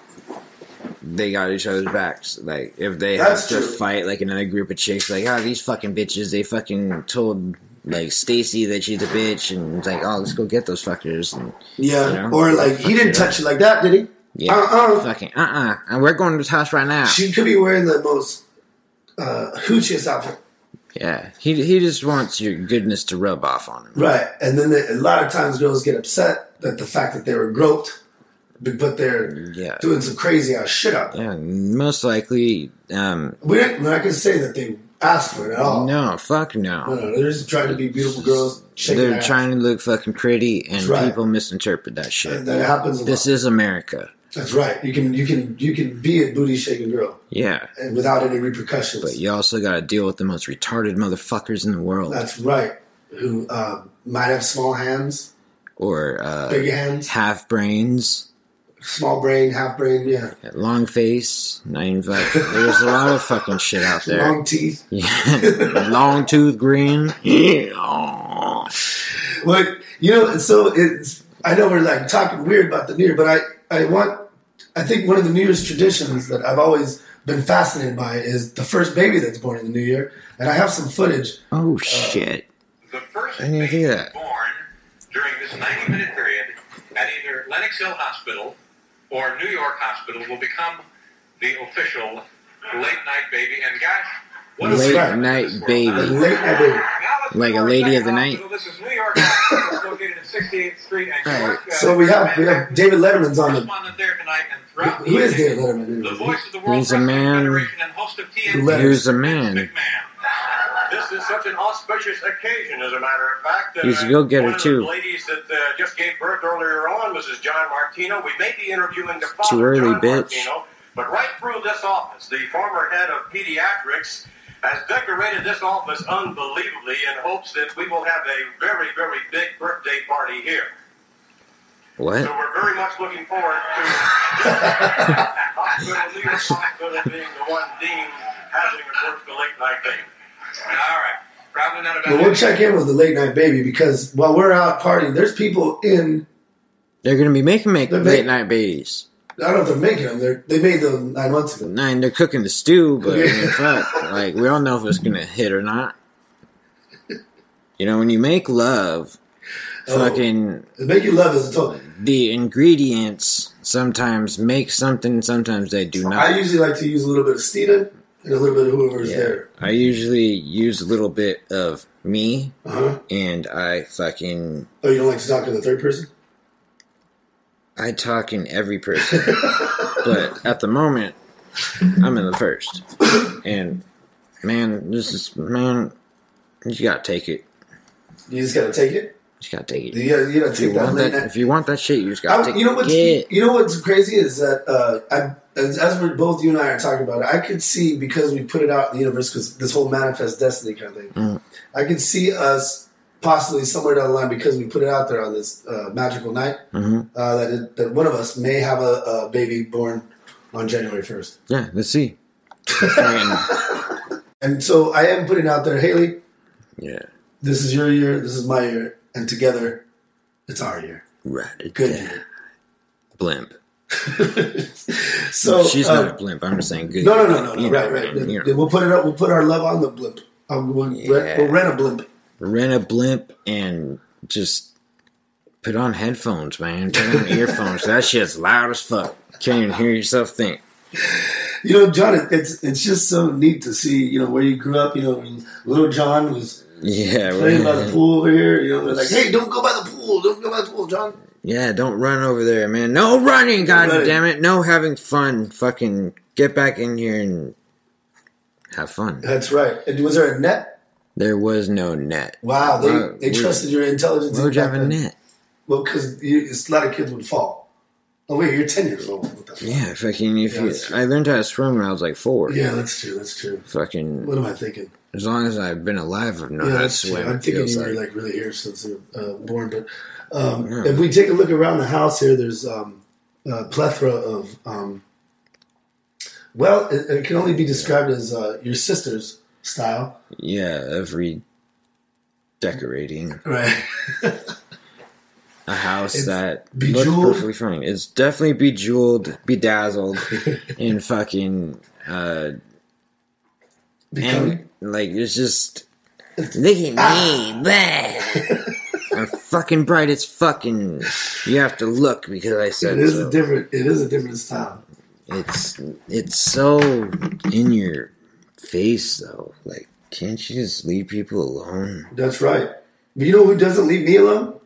[SPEAKER 6] They got each other's backs. Like if they
[SPEAKER 4] That's
[SPEAKER 6] have to
[SPEAKER 4] true.
[SPEAKER 6] fight, like another group of chicks, like oh these fucking bitches, they fucking told like Stacy that she's a bitch, and it's like oh let's go get those fuckers. And,
[SPEAKER 4] Yeah,
[SPEAKER 6] You know?
[SPEAKER 4] or like he didn't touch you like that, did he?
[SPEAKER 6] yeah,
[SPEAKER 4] Uh-uh.
[SPEAKER 6] fucking uh uh and we're going to his house right now.
[SPEAKER 4] She could be wearing the most uh, hoochiest outfit,
[SPEAKER 6] yeah, he he just wants your goodness to rub off on him.
[SPEAKER 4] right? And then the, a lot of times girls get upset that the fact that they were groped, but but they're
[SPEAKER 6] Yeah.
[SPEAKER 4] doing some crazy ass shit out there.
[SPEAKER 6] Yeah, most likely, um,
[SPEAKER 4] We're, we're not gonna say that they asked for it at all.
[SPEAKER 6] no, fuck
[SPEAKER 4] No, no, they're just trying to be beautiful girls. shaking
[SPEAKER 6] They're
[SPEAKER 4] their ass.
[SPEAKER 6] trying to look fucking pretty, and
[SPEAKER 4] That's right.
[SPEAKER 6] people misinterpret that shit.
[SPEAKER 4] And that happens. A
[SPEAKER 6] This
[SPEAKER 4] lot.
[SPEAKER 6] is America.
[SPEAKER 4] That's right. You can you can you can be a booty shaking girl
[SPEAKER 6] Yeah.
[SPEAKER 4] and without any repercussions.
[SPEAKER 6] But you also got to deal with the most retarded motherfuckers in the world.
[SPEAKER 4] That's right. Who uh, might have small hands,
[SPEAKER 6] or uh,
[SPEAKER 4] big hands,
[SPEAKER 6] half brains,
[SPEAKER 4] small brain, half brain, yeah,
[SPEAKER 6] long face. Not even fuck. There's a lot of fucking shit out there.
[SPEAKER 4] long teeth.
[SPEAKER 6] Yeah. long tooth green. Yeah.
[SPEAKER 4] Like you know, so it's I know we're like talking weird about the New Year, but I I want I think one of the New Year's traditions that I've always been fascinated by is the first baby that's born in the New Year, and I have some footage.
[SPEAKER 6] Oh shit.
[SPEAKER 8] the first
[SPEAKER 6] I didn't hear that.
[SPEAKER 8] patient born during this 90 minute period at either Lenox Hill Hospital or New York Hospital will become the official late night baby. And gosh, what a
[SPEAKER 4] Late
[SPEAKER 8] surprise
[SPEAKER 6] night
[SPEAKER 8] this was.
[SPEAKER 4] A
[SPEAKER 6] baby.
[SPEAKER 4] late night baby.
[SPEAKER 8] Now let's
[SPEAKER 6] Like
[SPEAKER 8] go
[SPEAKER 6] a
[SPEAKER 8] to our
[SPEAKER 6] lady
[SPEAKER 8] second
[SPEAKER 6] of the night.
[SPEAKER 8] hospital. This is New York Hospital, located at 68th Street and
[SPEAKER 6] All right.
[SPEAKER 8] York. Uh,
[SPEAKER 4] So we have we have David Letterman's on the.
[SPEAKER 8] correspondent there tonight and throughout
[SPEAKER 4] Who
[SPEAKER 8] the
[SPEAKER 4] is
[SPEAKER 8] evening,
[SPEAKER 4] David Letterman?
[SPEAKER 8] The voice of the World
[SPEAKER 6] He's a
[SPEAKER 8] Wrestling
[SPEAKER 6] man
[SPEAKER 8] Federation and host of TNT,
[SPEAKER 4] left.
[SPEAKER 6] Here's a
[SPEAKER 8] Vince
[SPEAKER 6] man.
[SPEAKER 8] McMahon. This is such an auspicious occasion, as a matter of fact.
[SPEAKER 6] You should go get her,
[SPEAKER 8] one Of
[SPEAKER 6] too.
[SPEAKER 8] the ladies that uh, just gave birth earlier on, Mrs. John Martino. We may be interviewing the father,
[SPEAKER 6] early,
[SPEAKER 8] John
[SPEAKER 6] bitch.
[SPEAKER 8] Martino, but right through this office, the former head of pediatrics has decorated this office unbelievably in hopes that we will have a very, very big birthday party here.
[SPEAKER 6] What?
[SPEAKER 8] So we're very much looking forward to hospital, New York Hospital being the one deemed having of course the late night thing. All right. Probably not about
[SPEAKER 4] But we'll check in with the late night baby because while we're out partying, there's people in.
[SPEAKER 6] They're gonna be making make
[SPEAKER 4] They're
[SPEAKER 6] late
[SPEAKER 4] ma-
[SPEAKER 6] night babies.
[SPEAKER 4] I don't know if they're making them. They're, they made them nine months ago.
[SPEAKER 6] Nine, they're cooking the stew, but I mean,
[SPEAKER 4] Yeah.
[SPEAKER 6] fuck, like we don't know if it's gonna hit or not. You know, when you make love,
[SPEAKER 4] Oh.
[SPEAKER 6] fucking
[SPEAKER 4] Making love is a total.
[SPEAKER 6] the ingredients sometimes make something, sometimes they do not.
[SPEAKER 4] I usually like to use a little bit of Steven and a little bit of whoever's
[SPEAKER 6] Yeah.
[SPEAKER 4] there.
[SPEAKER 6] I usually use a little bit of me,
[SPEAKER 4] Uh-huh.
[SPEAKER 6] and I fucking
[SPEAKER 4] Oh, you don't like to talk to the third person?
[SPEAKER 6] I talk in every person, but at the moment, I'm in the first. And man, this is man, you gotta take it.
[SPEAKER 4] You just gotta take it.
[SPEAKER 6] You just gotta take it.
[SPEAKER 4] You gotta, you gotta
[SPEAKER 6] If you
[SPEAKER 4] take that
[SPEAKER 6] want
[SPEAKER 4] late
[SPEAKER 6] that,
[SPEAKER 4] night.
[SPEAKER 6] if you want that shit, you just gotta
[SPEAKER 4] I,
[SPEAKER 6] take
[SPEAKER 4] you know what's
[SPEAKER 6] it.
[SPEAKER 4] you know what's crazy is that uh, I, as, as we're both you and I are talking about it, I could see because we put it out in the universe because this whole manifest destiny kind of thing. I could see us possibly somewhere down the line because we put it out there on this uh, magical night uh, that it, that one of us may have a, a baby born on January first.
[SPEAKER 6] Yeah, let's see. Fucking-
[SPEAKER 4] And so I am putting out there, Haley.
[SPEAKER 6] yeah,
[SPEAKER 4] This is your year. This is my year, and together, it's our year.
[SPEAKER 6] right. it
[SPEAKER 4] Good
[SPEAKER 6] down.
[SPEAKER 4] year.
[SPEAKER 6] blimp.
[SPEAKER 4] So
[SPEAKER 6] She's
[SPEAKER 4] uh,
[SPEAKER 6] not a blimp. I'm just saying good.
[SPEAKER 4] No, no, no, no, no.
[SPEAKER 6] You know
[SPEAKER 4] Right,
[SPEAKER 6] what I
[SPEAKER 4] right.
[SPEAKER 6] mean, you know.
[SPEAKER 4] We'll put it up. We'll put our love on the blimp. Um, we'll, rent, we'll
[SPEAKER 6] Yeah.
[SPEAKER 4] rent a blimp.
[SPEAKER 6] rent a blimp and just put on headphones, man. Put on earphones. That shit's loud as fuck. Can't even hear yourself think.
[SPEAKER 4] You know, John, it, it's it's just so neat to see. You know where you grew up. You know, and little John was
[SPEAKER 6] Yeah,
[SPEAKER 4] playing by the
[SPEAKER 6] right.
[SPEAKER 4] pool over here. You know, they're like, hey, don't go by the pool. Don't go by the pool, John.
[SPEAKER 6] yeah. Don't run over there, man. No running, god
[SPEAKER 4] running.
[SPEAKER 6] damn it. No having fun. Fucking get back in here and have fun.
[SPEAKER 4] That's right. And was there a net?
[SPEAKER 6] There was no net.
[SPEAKER 4] Wow, they
[SPEAKER 6] Wow,
[SPEAKER 4] they
[SPEAKER 6] we-
[SPEAKER 4] trusted your intelligence.
[SPEAKER 6] Why would you
[SPEAKER 4] back
[SPEAKER 6] have a
[SPEAKER 4] then.
[SPEAKER 6] net?
[SPEAKER 4] Well, because a lot of kids would fall. Oh wait, you're ten years old. What the fuck?
[SPEAKER 6] Yeah, fucking. If
[SPEAKER 4] Yeah,
[SPEAKER 6] you,
[SPEAKER 4] that's true.
[SPEAKER 6] I learned how to swim when I was like four.
[SPEAKER 4] Yeah, that's true. That's true.
[SPEAKER 6] Fucking.
[SPEAKER 4] What am I thinking?
[SPEAKER 6] As long as I've been alive, I've known
[SPEAKER 4] Yeah,
[SPEAKER 6] how to
[SPEAKER 4] that's true.
[SPEAKER 6] swim.
[SPEAKER 4] I'm
[SPEAKER 6] it
[SPEAKER 4] thinking
[SPEAKER 6] feels
[SPEAKER 4] you were
[SPEAKER 6] like.
[SPEAKER 4] like really here since you were uh, born. But um,
[SPEAKER 6] Yeah.
[SPEAKER 4] if we take a look around the house here, there's um, a plethora of. Um, well, it, it can only be described as uh, your sister's style,
[SPEAKER 6] Yeah, every decorating
[SPEAKER 4] right?
[SPEAKER 6] a house
[SPEAKER 4] It's
[SPEAKER 6] that
[SPEAKER 4] bejeweled.
[SPEAKER 6] looks perfectly fine. It's definitely bejeweled, bedazzled, and fucking uh,
[SPEAKER 4] Becoming
[SPEAKER 6] and like it's just look at
[SPEAKER 4] Ah.
[SPEAKER 6] me, blah. I'm fucking bright as fucking. You have to look because I
[SPEAKER 4] it
[SPEAKER 6] said
[SPEAKER 4] is
[SPEAKER 6] so.
[SPEAKER 4] a different. It is a different style.
[SPEAKER 6] it's it's so in your face though. Like, can't you just leave people alone?
[SPEAKER 4] That's right. But you know who doesn't leave me alone?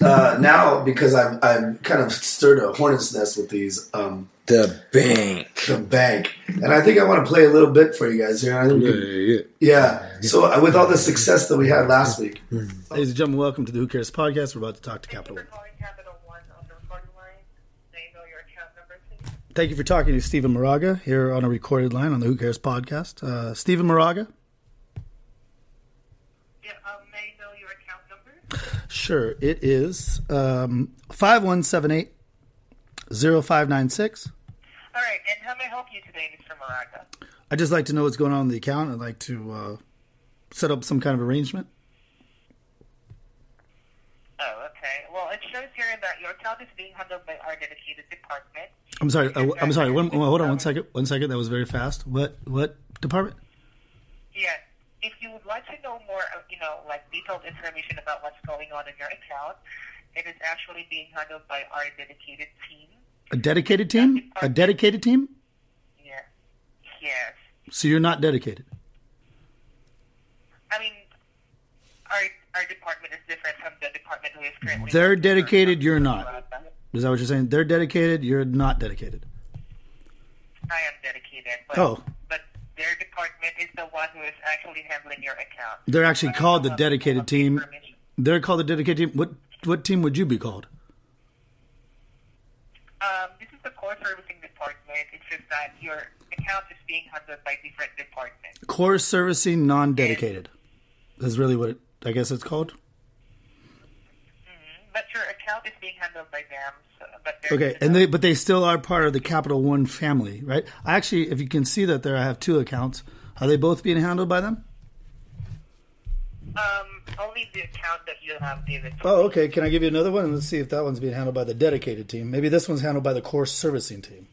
[SPEAKER 4] Uh, now because I'm I'm kind of stirred a hornet's nest with these um,
[SPEAKER 6] The bank.
[SPEAKER 4] the bank, and I think I want to play a little bit for you guys here. I think we can- Yeah. So uh, with all the success that we had last week,
[SPEAKER 9] Hmm. Ladies and gentlemen, welcome to the Who Cares podcast. We're about to talk to Capital One.
[SPEAKER 10] Calling Capital One on the recording line. Name or your account number, please.
[SPEAKER 9] Thank you for talking to Stephen Moraga here on a recorded line on the Who Cares podcast. Uh, Stephen Moraga?
[SPEAKER 10] Yeah, um, may I know your account number?
[SPEAKER 9] Sure. It is um, 5178 0596.
[SPEAKER 10] All right, and how may I help you today, Mr. Moraga?
[SPEAKER 9] I'd just like to know what's going on in the account. I'd like to uh, set up some kind of arrangement.
[SPEAKER 10] Oh, okay. Well, it shows here that your account is being handled by our dedicated department.
[SPEAKER 9] I'm sorry. Uh, I'm sorry. One, hold on one second. One second. That was very fast. What, what department?
[SPEAKER 10] Yes. If you would like to know more, of, you know, like detailed information about what's going on in your account, it is actually being handled by our dedicated team.
[SPEAKER 9] A dedicated team? A dedicated team?
[SPEAKER 10] Yeah. Yes.
[SPEAKER 9] So you're not dedicated.
[SPEAKER 10] I mean, our our department is different from the department who is currently.
[SPEAKER 9] They're dedicated. You're not.
[SPEAKER 10] Moraga.
[SPEAKER 9] Is that what you're saying? They're dedicated. You're not dedicated.
[SPEAKER 10] I am dedicated, but
[SPEAKER 9] Oh.
[SPEAKER 10] but their department is the one who is actually handling your account.
[SPEAKER 9] They're actually
[SPEAKER 10] I
[SPEAKER 9] called the
[SPEAKER 10] don't have
[SPEAKER 9] dedicated
[SPEAKER 10] the
[SPEAKER 9] team.
[SPEAKER 10] information.
[SPEAKER 9] They're called the dedicated team. What what team would you be called?
[SPEAKER 10] Um, this is the core servicing department. It's just that your account is being handled by different departments.
[SPEAKER 9] Core servicing non-dedicated. That's really what it, I guess it's called.
[SPEAKER 10] But your account is handled by them. So, but there's
[SPEAKER 4] Okay, and they but they still are part of the Capital One family, right? I actually, if you can see that there, I have two accounts. Are they both being handled by them?
[SPEAKER 10] um, only the account that you have, David.
[SPEAKER 4] Oh, okay. Can I give you another one? And let's see if that one's being handled by the dedicated team. Maybe this one's handled by the core servicing team.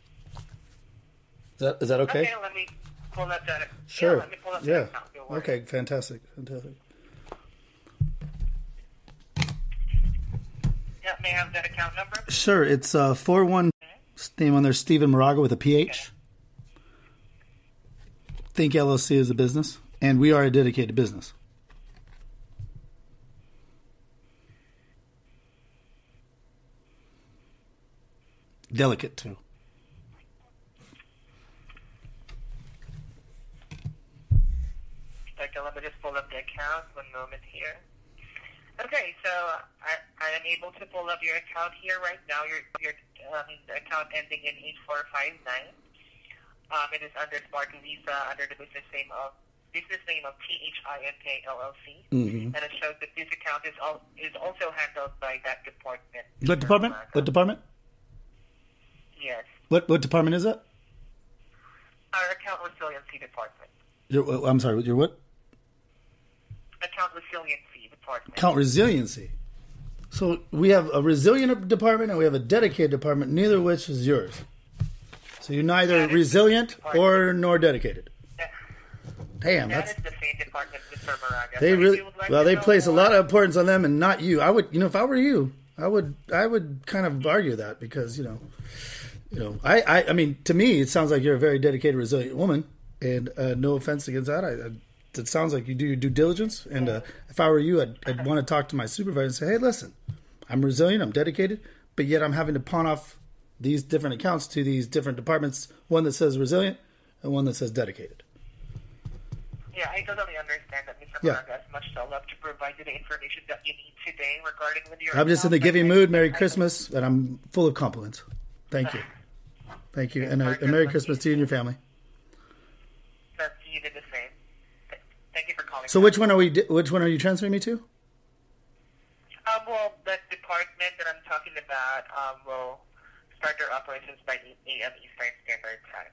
[SPEAKER 4] Is that is that okay?
[SPEAKER 10] let me pull up that.
[SPEAKER 4] Sure.
[SPEAKER 10] Yeah, let me pull up
[SPEAKER 4] Yeah.
[SPEAKER 10] that account. Don't worry.
[SPEAKER 4] Okay. Fantastic. Fantastic.
[SPEAKER 10] Yeah, may I have that account number?
[SPEAKER 4] Sure. It's uh, four one name on there. Stephen Moraga with a PH. Think LLC is a business, and we are a dedicated business. Delicate too.
[SPEAKER 10] Okay, let me just pull up the account. One moment here. Okay, so I, I am able to pull up your account here right now. Your your um, the account ending in eight four five nine. Um, it is under Smart Visa under the business name of business name of THINK LLC,
[SPEAKER 4] Mhm.
[SPEAKER 10] and it shows that this account is all is also handled by that department.
[SPEAKER 4] What department? What department?
[SPEAKER 10] Yes,
[SPEAKER 4] What what department is that?
[SPEAKER 10] our account resiliency department.
[SPEAKER 4] Your, uh, I'm sorry. Your what?
[SPEAKER 10] Account resiliency department.
[SPEAKER 4] Count resiliency. So we have a resilient department and we have a dedicated department, neither of which is yours. So you're neither resilient or nor dedicated. Damn,
[SPEAKER 10] That
[SPEAKER 4] that's
[SPEAKER 10] is the same department, Mr. Moraga.
[SPEAKER 4] they
[SPEAKER 10] So if
[SPEAKER 4] really
[SPEAKER 10] you would like
[SPEAKER 4] well.
[SPEAKER 10] to
[SPEAKER 4] They
[SPEAKER 10] know
[SPEAKER 4] place a
[SPEAKER 10] more-
[SPEAKER 4] lot of importance on them and not you. I would, you know, if I were you, I would, I would kind of argue that because you know, you know, I, I, I mean, to me, it sounds like you're a very dedicated, resilient woman, and uh, no offense against that. I, I, it sounds like you do your due diligence, and uh, if I were you, I'd, I'd want to talk to my supervisor and say, hey, listen, I'm resilient, I'm dedicated, but yet I'm having to pawn off these different accounts to these different departments. One that says resilient, and one that says dedicated.
[SPEAKER 10] Yeah, I totally understand that, Mr.
[SPEAKER 4] Yeah.
[SPEAKER 10] Moraga. As much as I love to provide you the information that you need today regarding with your
[SPEAKER 4] I'm just in the giving mood. Merry Christmas, and I'm full of compliments. Thank you, thank you, and a, a Merry Christmas to you and your family.
[SPEAKER 10] that you did the same. Th- Thank you for calling.
[SPEAKER 4] So, which one are we? Which one are you transferring me to?
[SPEAKER 10] Um, well, that department that I'm talking about um, will start their operations by 8 a.m. Eastern Standard Time.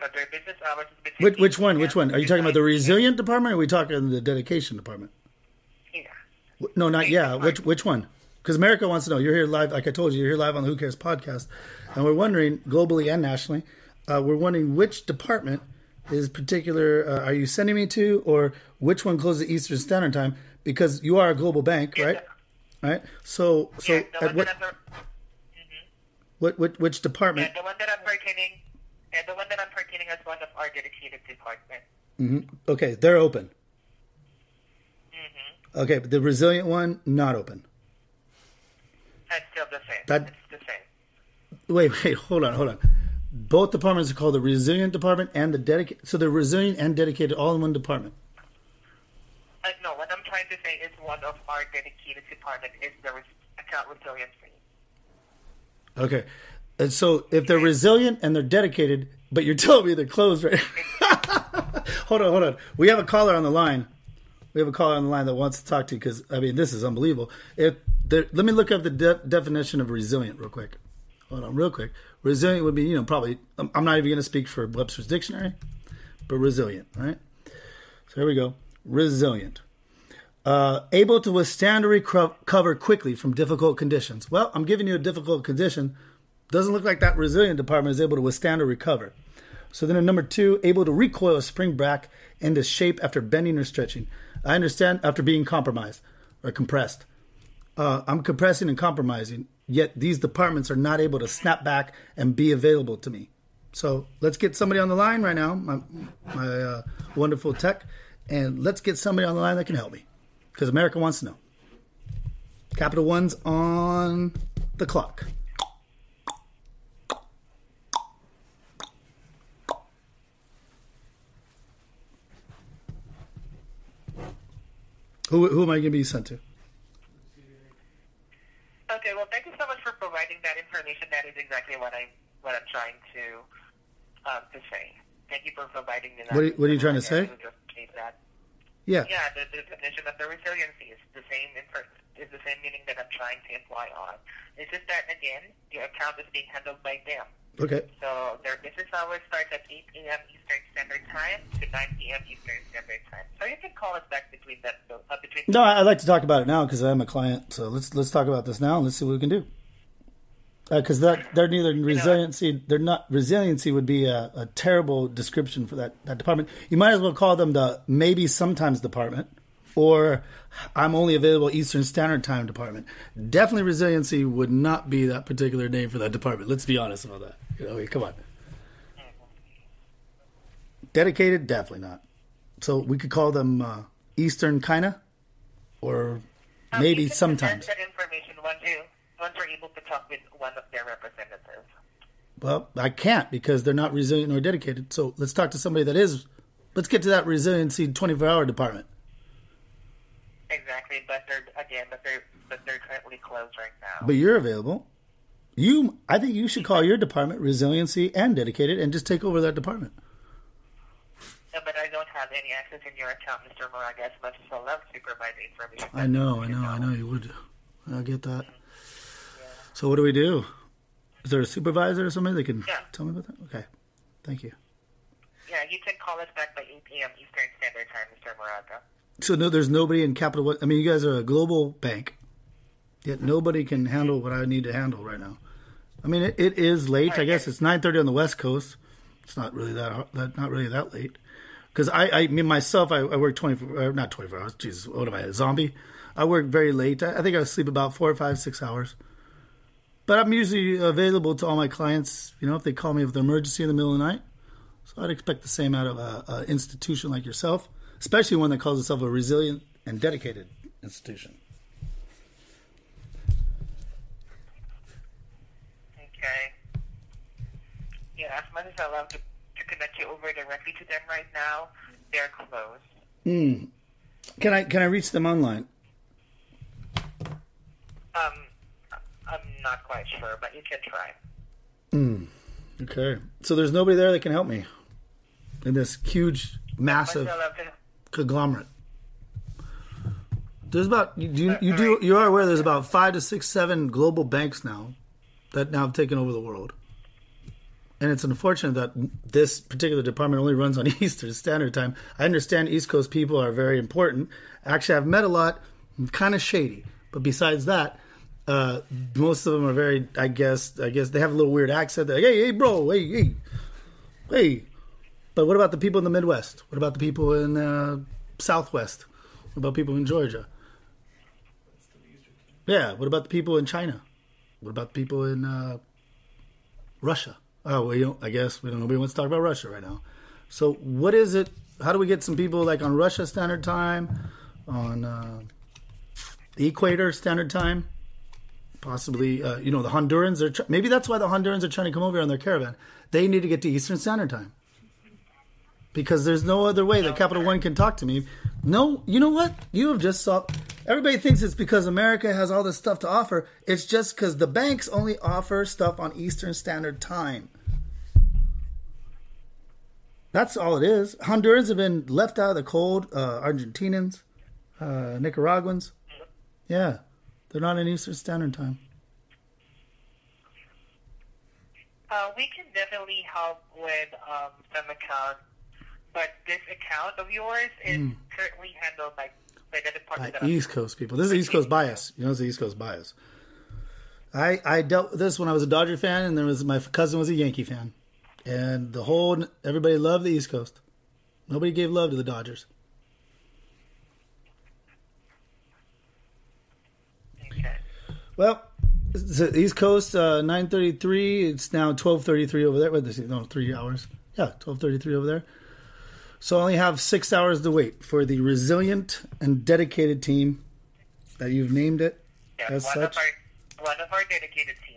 [SPEAKER 10] So their business hours is between
[SPEAKER 4] Which, which one? Which one? Are you talking about the resilient department? Or are we talking the dedication department?
[SPEAKER 10] Yeah.
[SPEAKER 4] Wh- No, not yeah. Which which one? Because America wants to know. You're here live, like I told you. You're here live on the Who Cares podcast, and we're wondering globally and nationally. Uh, we're wondering which department is particular. Uh, are you sending me to, or which one closes at Eastern Standard Time? Because you are a global bank, right? Right. So so
[SPEAKER 10] yeah, the
[SPEAKER 4] at
[SPEAKER 10] one
[SPEAKER 4] what,
[SPEAKER 10] that I'm,
[SPEAKER 4] what what which department?
[SPEAKER 10] yeah, the one that I'm pertaining, yeah, the one that I'm pertaining is one of our dedicated department.
[SPEAKER 4] hmm Okay, they're open. Okay, but the resilient one not open.
[SPEAKER 10] It's still the same.
[SPEAKER 4] That-
[SPEAKER 10] it's the same.
[SPEAKER 4] Wait, wait, hold on, hold on. Both departments are called the resilient department and the dedicated. So they're resilient and dedicated all in one department.
[SPEAKER 10] Uh, no, what I'm trying to say is one of our dedicated department is the res- account resiliency.
[SPEAKER 4] Okay, and so if they're resilient and they're dedicated, but you're telling me they're closed, right? hold on, hold on. We have a caller on the line. We have a caller on the line that wants to talk to you because I mean this is unbelievable. If there, let me look up the de- definition of resilient real quick. Hold on, real quick. Resilient would be you know probably um, I'm I'm not even going to speak for Webster's dictionary, but resilient, all right? So here we go. Resilient. Uh, able to withstand or recover quickly from difficult conditions. Well, I'm giving you a difficult condition. Doesn't look like that resilient department is able to withstand or recover. So then, at number two, able to recoil or spring back into shape after bending or stretching. I understand after being compromised or compressed. Uh, I'm compressing and compromising, yet these departments are not able to snap back and be available to me. So let's get somebody on the line right now, my, my uh, wonderful tech, and let's get somebody on the line that can help me because America wants to know. Capital One's on the clock. Who, who am I going to be sent to?
[SPEAKER 10] Okay, well, thank you so much for providing that information. That is exactly what I what I'm trying to um, to say. Thank you for providing me that.
[SPEAKER 4] What are you- what are you trying to say?
[SPEAKER 10] information. You just gave that.
[SPEAKER 4] Yeah.
[SPEAKER 10] Yeah, the, the definition of the resiliency is the same. Infor- is the same meaning that I'm trying to imply on. It's just that, again, your account is being handled by them.
[SPEAKER 4] Okay.
[SPEAKER 10] So their business hours start at 8 a.m. Eastern Standard Time to 9 p.m. Eastern Standard Time. So you can call us back between that, uh, between
[SPEAKER 4] No, I- I'd like to talk about it now because I'm a client. So let's let's talk about this now and let's see what we can do. Because that they're neither resiliency, they're not resiliency would be a, a terrible description for that that department. You might as well call them the maybe sometimes department, or I'm only available Eastern Standard Time department. Definitely resiliency would not be that particular name for that department. Let's be honest about that. You know, I mean, come on. Dedicated, definitely not. So we could call them uh, Eastern kinda, or
[SPEAKER 10] Um,
[SPEAKER 4] maybe
[SPEAKER 10] you can
[SPEAKER 4] sometimes.
[SPEAKER 10] present that information once you once we're able to talk with one of their representatives.
[SPEAKER 4] Well, I can't because they're not resilient or dedicated. So let's talk to somebody that is. Let's get to that resiliency 24 hour department.
[SPEAKER 10] Exactly, but they're again, but they're but they're currently closed right now.
[SPEAKER 4] But you're available. You, I think you should call your department resiliency and dedicated and just take over that department.
[SPEAKER 10] No, but I don't have any access in your account, Mr. Moraga, as much as I love to provide the information.
[SPEAKER 4] I know, I know, I know you would. I get that. So what do we do? Is there a supervisor or somebody that can
[SPEAKER 10] Yeah.
[SPEAKER 4] tell me about that? Okay, thank you.
[SPEAKER 10] Yeah, you can call us back by 8 p.m. Eastern Standard Time, Mr. Moraga.
[SPEAKER 4] So no, there's nobody in Capital One. I mean, you guys are a global bank, yet nobody can handle what I need to handle right now. I mean, it, it is late. I guess it's nine thirty on the West Coast. It's not really that hard- that not really that late. Because I, I mean myself, I, I work twenty four uh, not twenty four hours. Jesus, what am I, a zombie? I work very late. I, I think I sleep about four or five six hours. But I'm usually available to all my clients. You know, if they call me with an emergency in the middle of the night, so I'd expect the same out of a, a institution like yourself, especially one that calls itself a resilient and dedicated institution.
[SPEAKER 10] Okay. Yeah, as much as I love to, to connect you over directly to them right now, they're closed.
[SPEAKER 4] Hmm. Can I can I reach them online?
[SPEAKER 10] Um, I'm not quite sure, but you can try.
[SPEAKER 4] Hmm. Okay. So there's nobody there that can help me in this huge, massive
[SPEAKER 10] Much as I love to-
[SPEAKER 4] conglomerate. There's about you do you do you are aware there's about five to six seven global banks now that now have taken over the world, and it's unfortunate that this particular department only runs on Eastern Standard Time. I understand East Coast people are very important. Actually, I've met a lot, kind of shady, but besides that. Uh, most of them are very, I guess, I guess they have a little weird accent. They're like, hey, hey, bro, hey, hey, hey. But what about the people in the Midwest? What about the people in uh, Southwest? What about people in Georgia? Yeah. What about the people in China? What about the people in uh, Russia? Oh, we don't. I guess we don't. Nobody wants to talk about Russia right now. So, what is it? How do we get some people like on Russia Standard Time, on uh, the Equator Standard Time? Possibly, uh, you know, the Hondurans are. Tr- maybe that's why the Hondurans are trying to come over here on their caravan. They need to get to Eastern Standard Time because there's no other way that Capital One can talk to me. No, you know what? You have just saw. Everybody thinks it's because America has all this stuff to offer. It's just because the banks only offer stuff on Eastern Standard Time. That's all it is. Hondurans have been left out of the cold. Uh, Argentinians, uh, Nicaraguans, yeah, they're not in Eastern Standard Time.
[SPEAKER 10] Uh, we can definitely help with um, some accounts, but this account of yours is
[SPEAKER 4] Mm.
[SPEAKER 10] currently handled by, by the department.
[SPEAKER 4] by
[SPEAKER 10] that I'm-
[SPEAKER 4] East Coast people. This is East Coast bias. You know, it's the East Coast bias. I I dealt with this when I was a Dodger fan, and there was my cousin was a Yankee fan, and the whole everybody loved the East Coast. Nobody gave love to the Dodgers. Well, it's the East Coast uh, nine thirty three. It's now twelve thirty three over there. What did I say? No, three hours. Yeah, twelve thirty three over there. So I only have six hours to wait for the resilient and dedicated team that you've named it as
[SPEAKER 10] one
[SPEAKER 4] such.
[SPEAKER 10] of our one of our dedicated team.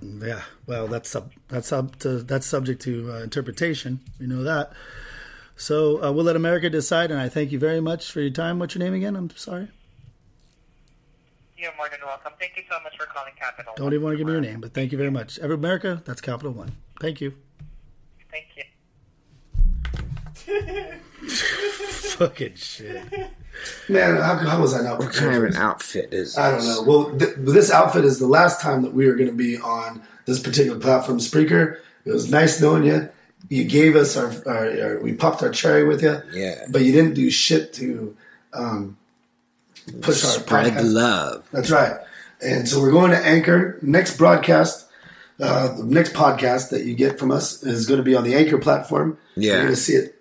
[SPEAKER 10] Mm-hmm.
[SPEAKER 4] Yeah, well, that's sub that's up to that's subject to uh, interpretation. We know that. So uh, we'll let America decide. And I thank you very much for your time. What's your name again? I'm sorry.
[SPEAKER 10] You're more than welcome. Thank you so much for calling Capital.
[SPEAKER 4] Don't even want to give me your name, but thank you very much. Every America, that's Capital One. Thank you.
[SPEAKER 10] Thank you.
[SPEAKER 4] Fucking shit. Man, how, how was I not?
[SPEAKER 6] What kind of an outfit is?
[SPEAKER 4] I don't
[SPEAKER 6] this?
[SPEAKER 4] know. Well, th- this outfit is the last time that we are going to be on this particular platform, Spreaker. It was nice knowing you. You gave us our, our, our we popped our cherry with you,
[SPEAKER 6] Yeah.
[SPEAKER 4] but you didn't do shit to um, push our
[SPEAKER 6] Spread
[SPEAKER 4] podcast.
[SPEAKER 6] love.
[SPEAKER 4] That's right. And so we're going to Anchor. Next broadcast, uh, the next podcast that you get from us is going to be on the Anchor platform. You're
[SPEAKER 6] Yeah.
[SPEAKER 4] going to see it.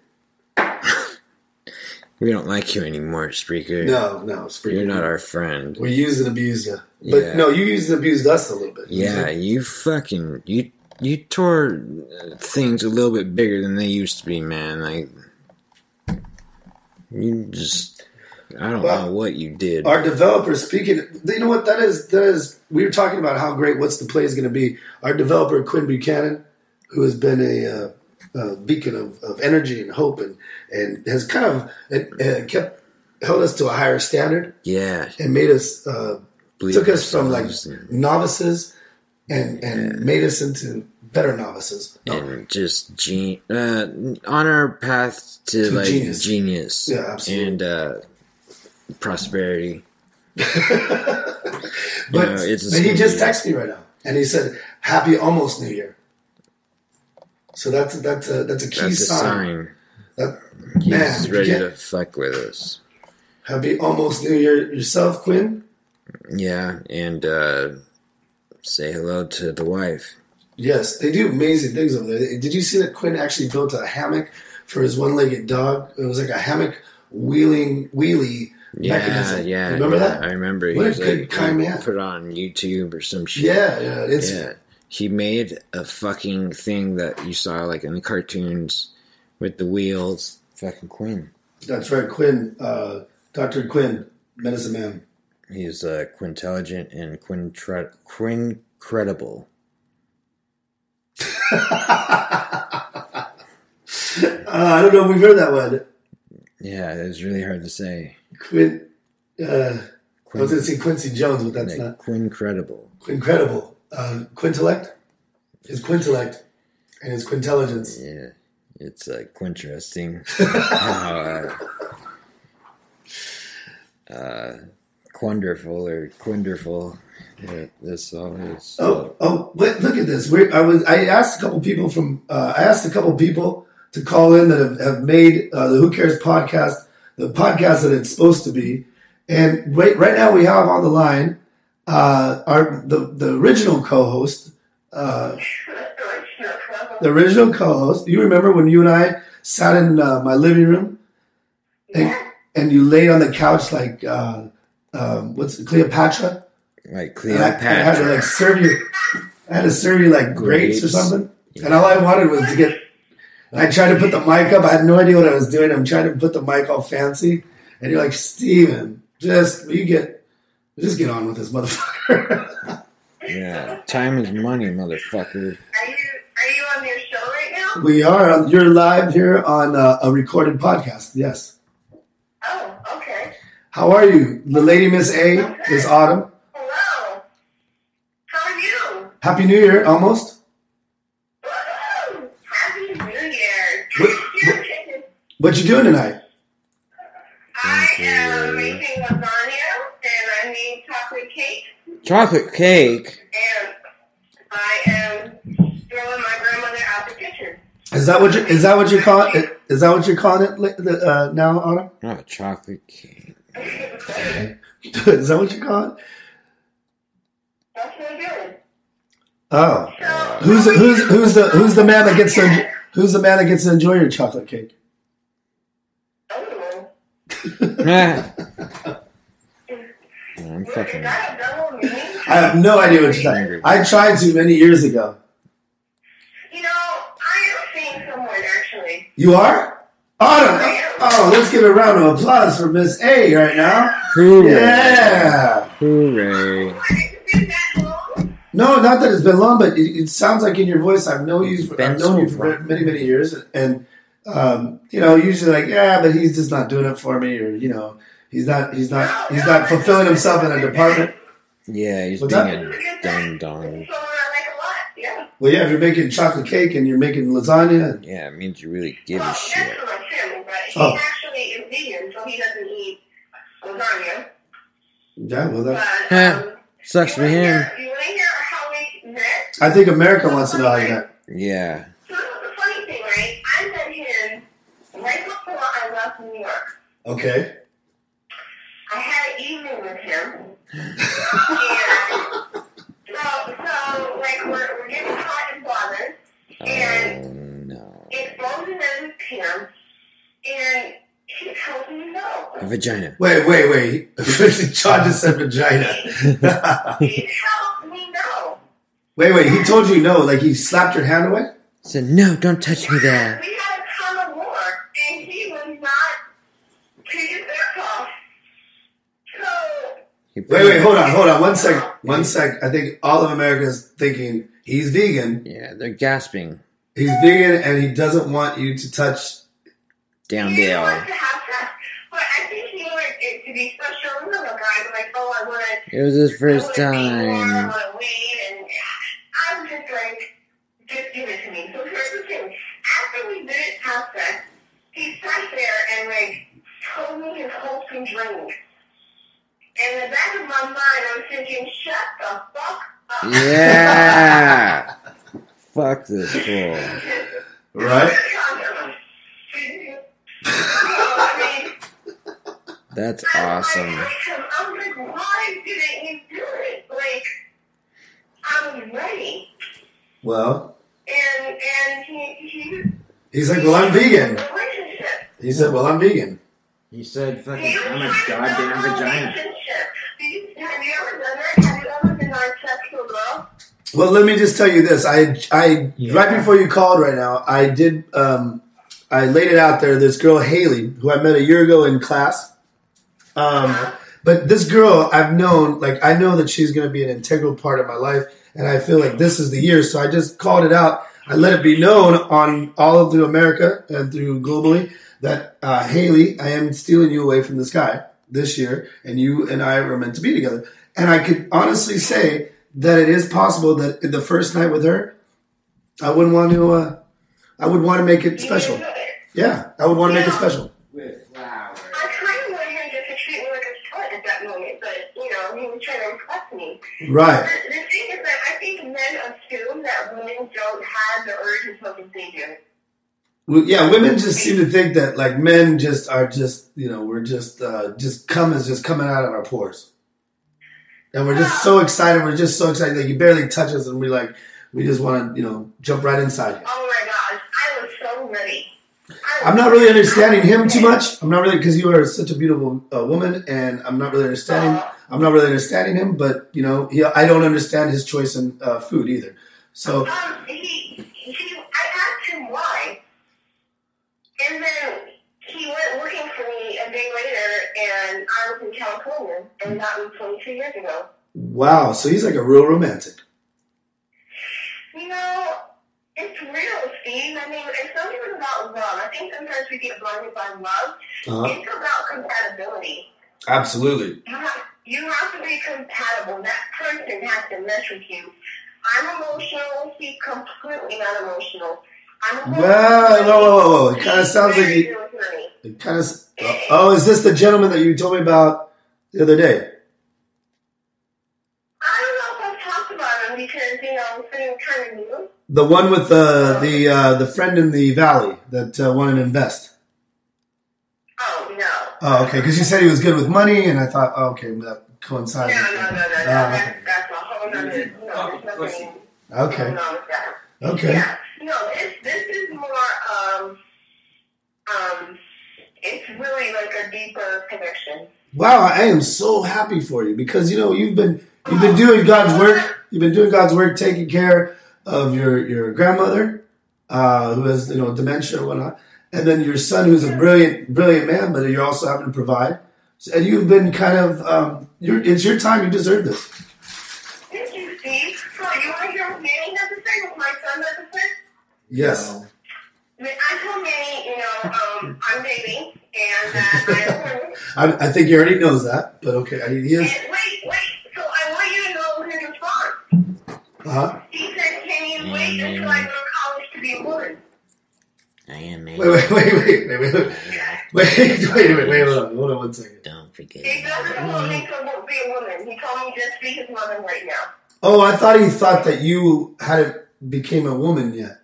[SPEAKER 6] We don't like you anymore, Spreaker.
[SPEAKER 4] No, no, Spreaker.
[SPEAKER 6] You're not our friend.
[SPEAKER 4] We used and abused you. But
[SPEAKER 6] Yeah.
[SPEAKER 4] no, you used and abused us a little bit.
[SPEAKER 6] Yeah, you fucking you you tore uh, things a little bit bigger than they used to be, man. Like you just I don't
[SPEAKER 4] Well,
[SPEAKER 6] know what you did.
[SPEAKER 4] Our developers speaking, you know what that is? That is, we were talking about how great what's the play is going to be. Our developer Quinn Buchanan, who has been a, uh, a beacon of, of energy and hope, and and has kind of uh, uh, kept held us to a higher standard
[SPEAKER 6] yeah.
[SPEAKER 4] and made us uh,
[SPEAKER 6] Believe
[SPEAKER 4] took us from like
[SPEAKER 6] ourselves and-
[SPEAKER 4] novices and and made us into better novices. No,
[SPEAKER 6] and just gen- uh, on our path to,
[SPEAKER 4] To
[SPEAKER 6] like
[SPEAKER 4] genius.
[SPEAKER 6] genius,
[SPEAKER 4] Yeah, absolutely.
[SPEAKER 6] and uh, prosperity.
[SPEAKER 4] but
[SPEAKER 6] know, it's-
[SPEAKER 4] but he just texted me right now and he said, "Happy almost New Year." So that's that's a that's a key
[SPEAKER 6] That's a
[SPEAKER 4] sign.
[SPEAKER 6] sign.
[SPEAKER 4] That, Uh, man,
[SPEAKER 6] He's
[SPEAKER 4] if you
[SPEAKER 6] ready
[SPEAKER 4] can't-
[SPEAKER 6] to fuck with us.
[SPEAKER 4] happy almost New Year yourself, Quinn.
[SPEAKER 6] Yeah, and uh, say hello to the wife.
[SPEAKER 4] Yes, they do amazing things over there. Did you see that Quinn actually built a hammock for his one-legged dog? It was like a hammock wheeling wheelie
[SPEAKER 6] Yeah,
[SPEAKER 4] mechanism.
[SPEAKER 6] yeah.
[SPEAKER 4] remember
[SPEAKER 6] yeah,
[SPEAKER 4] that?
[SPEAKER 6] I remember.
[SPEAKER 4] What a
[SPEAKER 6] He's
[SPEAKER 4] good
[SPEAKER 6] like
[SPEAKER 4] kind
[SPEAKER 6] he
[SPEAKER 4] man.
[SPEAKER 6] put on YouTube or some shit.
[SPEAKER 4] Yeah, yeah, it's
[SPEAKER 6] yeah. He made a fucking thing that you saw like in the cartoons with the wheels. Fucking Quinn.
[SPEAKER 4] that's right, Quinn, uh, Doctor Quinn, medicine man.
[SPEAKER 6] He's uh, quintelligent and quintre- quincredible.
[SPEAKER 4] Uh, I don't know if we've heard that one.
[SPEAKER 6] Yeah, it's really hard to say.
[SPEAKER 4] Quinn, uh, I was going to
[SPEAKER 6] Quin-
[SPEAKER 4] say Quincy Jones, but that's not
[SPEAKER 6] Quincredible.
[SPEAKER 4] incredible. Uh, Quintellect, his Quintellect, and his Quintelligence.
[SPEAKER 6] Yeah, it's uh, interesting how uh, uh, wonderful or wonderful uh, this song is.
[SPEAKER 4] Oh, oh! But look at this. We're, I was I asked a couple people from uh, I asked a couple people to call in that have, have made uh, the Who Cares podcast the podcast that it's supposed to be. And right right now we have on the line uh, our the the original co-host, uh, the original co-host. You remember when you and I sat in uh, my living room and and you laid on the couch like uh, um, what's it, Cleopatra.
[SPEAKER 6] like
[SPEAKER 4] And I, and I had to
[SPEAKER 6] Cleopatra.
[SPEAKER 4] like serve you. I had to serve you like grapes, or
[SPEAKER 6] Grapes.
[SPEAKER 4] something. And all I wanted was to get. I tried to put the mic up. I had no idea what I was doing. I'm trying to put the mic all fancy, and you're like, Steven, just will you get, just get on with this motherfucker.
[SPEAKER 6] yeah, time is money, motherfucker.
[SPEAKER 11] Are you are you on your show right now?
[SPEAKER 4] we are. on- You're live here on uh, a recorded podcast. Yes.
[SPEAKER 11] Oh, okay.
[SPEAKER 4] How are you, the lady Miss A this autumn?
[SPEAKER 11] Hello. How are you?
[SPEAKER 4] Happy New Year, almost.
[SPEAKER 11] Woo! Happy New Year.
[SPEAKER 4] What- What you doing tonight?
[SPEAKER 11] I
[SPEAKER 6] Thank
[SPEAKER 11] am
[SPEAKER 6] you.
[SPEAKER 11] making lasagna and I'm eating chocolate cake
[SPEAKER 6] Chocolate cake.
[SPEAKER 11] and I am throwing my grandmother out the kitchen.
[SPEAKER 4] Is that what you? Is that what you call it? Is that what you're calling it li- the, uh, now, Autumn?
[SPEAKER 6] Not chocolate cake.
[SPEAKER 4] is that what you call it?
[SPEAKER 11] That's what I'm doing.
[SPEAKER 4] Oh,
[SPEAKER 11] So,
[SPEAKER 4] who's who's who's the who's the man that gets to who's the man that gets to enjoy your chocolate cake?
[SPEAKER 11] oh,
[SPEAKER 6] Ah. I'm
[SPEAKER 11] is
[SPEAKER 6] fucking.
[SPEAKER 11] that a double meaning?
[SPEAKER 4] I have no idea what you're talking. I tried to many years ago.
[SPEAKER 11] You know, I am seeing someone actually.
[SPEAKER 4] You are Autumn. Oh, let's give a round of applause for Miss A right now.
[SPEAKER 6] Hooray!
[SPEAKER 4] Yeah.
[SPEAKER 6] Hooray!
[SPEAKER 11] It's been that long.
[SPEAKER 4] No, not that it's been long, but it, it sounds like in your voice, I've known you for, I've
[SPEAKER 6] Been
[SPEAKER 4] known
[SPEAKER 6] so
[SPEAKER 4] you for
[SPEAKER 6] long.
[SPEAKER 4] many many years, and um, you know, usually like yeah, but he's just not doing it for me, or you know, he's not he's not he's not fulfilling himself in a department.
[SPEAKER 6] Yeah, he's
[SPEAKER 4] What's
[SPEAKER 6] being a
[SPEAKER 11] It's someone
[SPEAKER 6] dumb dong.
[SPEAKER 11] I like a lot, yeah.
[SPEAKER 4] Well, yeah, if you're making chocolate cake and you're making lasagna,
[SPEAKER 6] Yeah, it means you really give
[SPEAKER 11] Well,
[SPEAKER 6] a
[SPEAKER 11] that's
[SPEAKER 6] Oh, shit.
[SPEAKER 11] for my family, but he
[SPEAKER 4] Oh.
[SPEAKER 11] actually is vegan, so he doesn't eat
[SPEAKER 10] lasagna.
[SPEAKER 4] Yeah, well, that's.
[SPEAKER 11] um,
[SPEAKER 6] Sucks for him.
[SPEAKER 10] You want to hear how we met?
[SPEAKER 4] I think America wants to know how you got.
[SPEAKER 6] Yeah.
[SPEAKER 10] So this is the funny thing, right? I met him right before I left New York.
[SPEAKER 4] Okay.
[SPEAKER 10] I had an evening with him, and so so like we're we're getting caught and bothered,
[SPEAKER 6] Oh,
[SPEAKER 10] and it blows in his pants, and he tells me no.
[SPEAKER 6] A vagina.
[SPEAKER 4] Wait, wait, wait. John just said vagina.
[SPEAKER 10] He tells me no.
[SPEAKER 4] wait, wait. He told you no. Like he slapped your hand away?
[SPEAKER 6] Said, no, don't touch me there.
[SPEAKER 10] We had a ton of war, and he was not to his back off. So
[SPEAKER 4] Wait, wait. Hold on, hold on. One sec. One sec. I think all of America's thinking he's vegan.
[SPEAKER 6] Yeah, they're gasping.
[SPEAKER 4] He's vegan and he doesn't want you to touch.
[SPEAKER 6] Down there.
[SPEAKER 10] to have sex, but I think he wanted it to be special. Another guy like, oh, I want to
[SPEAKER 6] It was his first time.
[SPEAKER 10] I'm just like, just give it to me. So here's the thing. After we didn't have sex, he sat there and like told me his whole complaint. In the back of my mind, I'm thinking, shut the fuck up.
[SPEAKER 6] Yeah. Fuck this fool.
[SPEAKER 4] Right?
[SPEAKER 6] That's awesome.
[SPEAKER 10] I'm like, why didn't you do it? Like, I was ready.
[SPEAKER 4] Well,
[SPEAKER 10] And, and he, he
[SPEAKER 4] he's like, well, I'm vegan.
[SPEAKER 10] relationship.
[SPEAKER 4] He said, well, I'm vegan.
[SPEAKER 6] He said, "Fucking, I'm a goddamn vagina."
[SPEAKER 10] Have you ever done that? Have you ever been on sexual love?
[SPEAKER 4] Well, let me just tell you this. I, I right before you called right now, I did. Um, I laid it out there. This girl Haley, who I met a year ago in class. Um, but this girl I've known, like I know that she's going to be an integral part of my life, and I feel like this is the year. So I just called it out. I let it be known on all of through America and through globally that uh, Haley, I am stealing you away from this guy this year, and you and I were meant to be together. And I could honestly say that it is possible that in the first night with her, I wouldn't want to. Uh, I would want to make it special. Yeah, I would want to make it special.
[SPEAKER 10] I kind of wanted him just to treat me like a slut at that moment, but you know, he was trying to impress me.
[SPEAKER 4] Right.
[SPEAKER 10] The, the thing is that I think men assume that women don't have the urge as much as they do.
[SPEAKER 4] Well, yeah, women just seem to think that like men just are just you know we're just uh, just cum is just coming out of our pores, and we're just so excited. We're just so excited like you barely touch us, and we like we just want to you know jump right inside. you.
[SPEAKER 10] Oh my gosh, I was so ready.
[SPEAKER 4] I'm not really understanding him too much. I'm not really because you are such a beautiful uh, woman, and I'm not really understanding. I'm not really understanding him, but you know he, I don't understand his choice in uh, food either. So
[SPEAKER 10] Um, he, he, I asked him why, and then he went looking for me a day later, and I was in California, and that was 22 years ago.
[SPEAKER 4] wow, so he's like a real romantic.
[SPEAKER 10] You know, it's real, Steve. I mean, it's not even about love. I think sometimes we get blinded by love.
[SPEAKER 4] Uh-huh.
[SPEAKER 10] It's about compatibility.
[SPEAKER 4] Absolutely.
[SPEAKER 10] You have, you have to be compatible. That person has to mesh with you. I'm emotional. He's completely not emotional. I'm
[SPEAKER 4] Wow, whoa, whoa, whoa! It kind of sounds like he.
[SPEAKER 10] Honey,
[SPEAKER 4] It kind of. Oh, is this the gentleman that you told me about the other day?
[SPEAKER 10] I don't know if I've talked about him because, you know, I'm feeling kind of new.
[SPEAKER 4] The one with the the uh, the friend in the valley that uh, wanted to invest.
[SPEAKER 10] Oh, no.
[SPEAKER 4] Oh, okay. Because you said he was good with money, and I thought, oh, okay, that coincides. with
[SPEAKER 10] No, no, no, no, no.
[SPEAKER 4] that.
[SPEAKER 10] That's, that's a whole nother, no, there's nothing
[SPEAKER 4] Ah, okay.
[SPEAKER 10] going on with that.
[SPEAKER 4] Okay.
[SPEAKER 10] Yeah. No, this, this is more, um, um, it's really like a deeper connection.
[SPEAKER 4] Wow, I am so happy for you because you know you've been you've been doing God's work. You've been doing God's work, taking care of your your grandmother uh, who has you know dementia or whatnot, and then your son who's a brilliant brilliant man, but you're also having to provide. So- And you've been kind of um, you're, it's your time. You deserve this.
[SPEAKER 10] Thank you, Steve. So you want to hear what Manny has to say? What my son has to say?
[SPEAKER 4] Yes.
[SPEAKER 10] I mean, I told Manny, you know, um, I'm dating and that I want
[SPEAKER 4] I, I think he already knows that, but okay, I, he is.
[SPEAKER 10] And wait, wait. So I want you to know his response.
[SPEAKER 4] Uh-huh.
[SPEAKER 10] He said, "Can you wait until I go to college to be a woman?"
[SPEAKER 6] I am, man.
[SPEAKER 4] Wait, wait, wait, wait, wait, wait. Wait, wait, wait, wait, wait, hold on, hold on one second.
[SPEAKER 6] Don't forget.
[SPEAKER 10] He doesn't want me to be a woman. He told me just be his mother right now.
[SPEAKER 4] Oh, I thought he thought that you hadn't became a woman yet.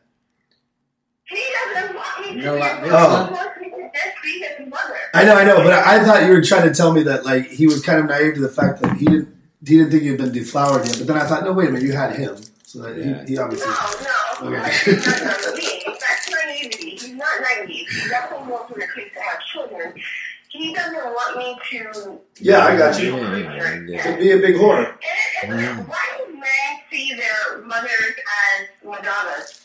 [SPEAKER 10] He doesn't want me to
[SPEAKER 4] No,
[SPEAKER 10] be
[SPEAKER 4] I-
[SPEAKER 10] a woman.
[SPEAKER 4] Oh.
[SPEAKER 10] He wants me to just be his mother.
[SPEAKER 4] I know, I know, but I, I thought you were trying to tell me that like he was kind of naive to the fact that he didn't he didn't think you'd been deflowered yet. But then I thought, no, wait a minute, you had him, so that he, he obviously.
[SPEAKER 10] No, no.
[SPEAKER 4] Okay.
[SPEAKER 10] He's not naive. That's naivety. He's not naive. He doesn't want for the kids to have children. He doesn't want me to.
[SPEAKER 4] yeah, I got you. To be a big whore. Mm.
[SPEAKER 10] Why do men see their mothers as Madonnas?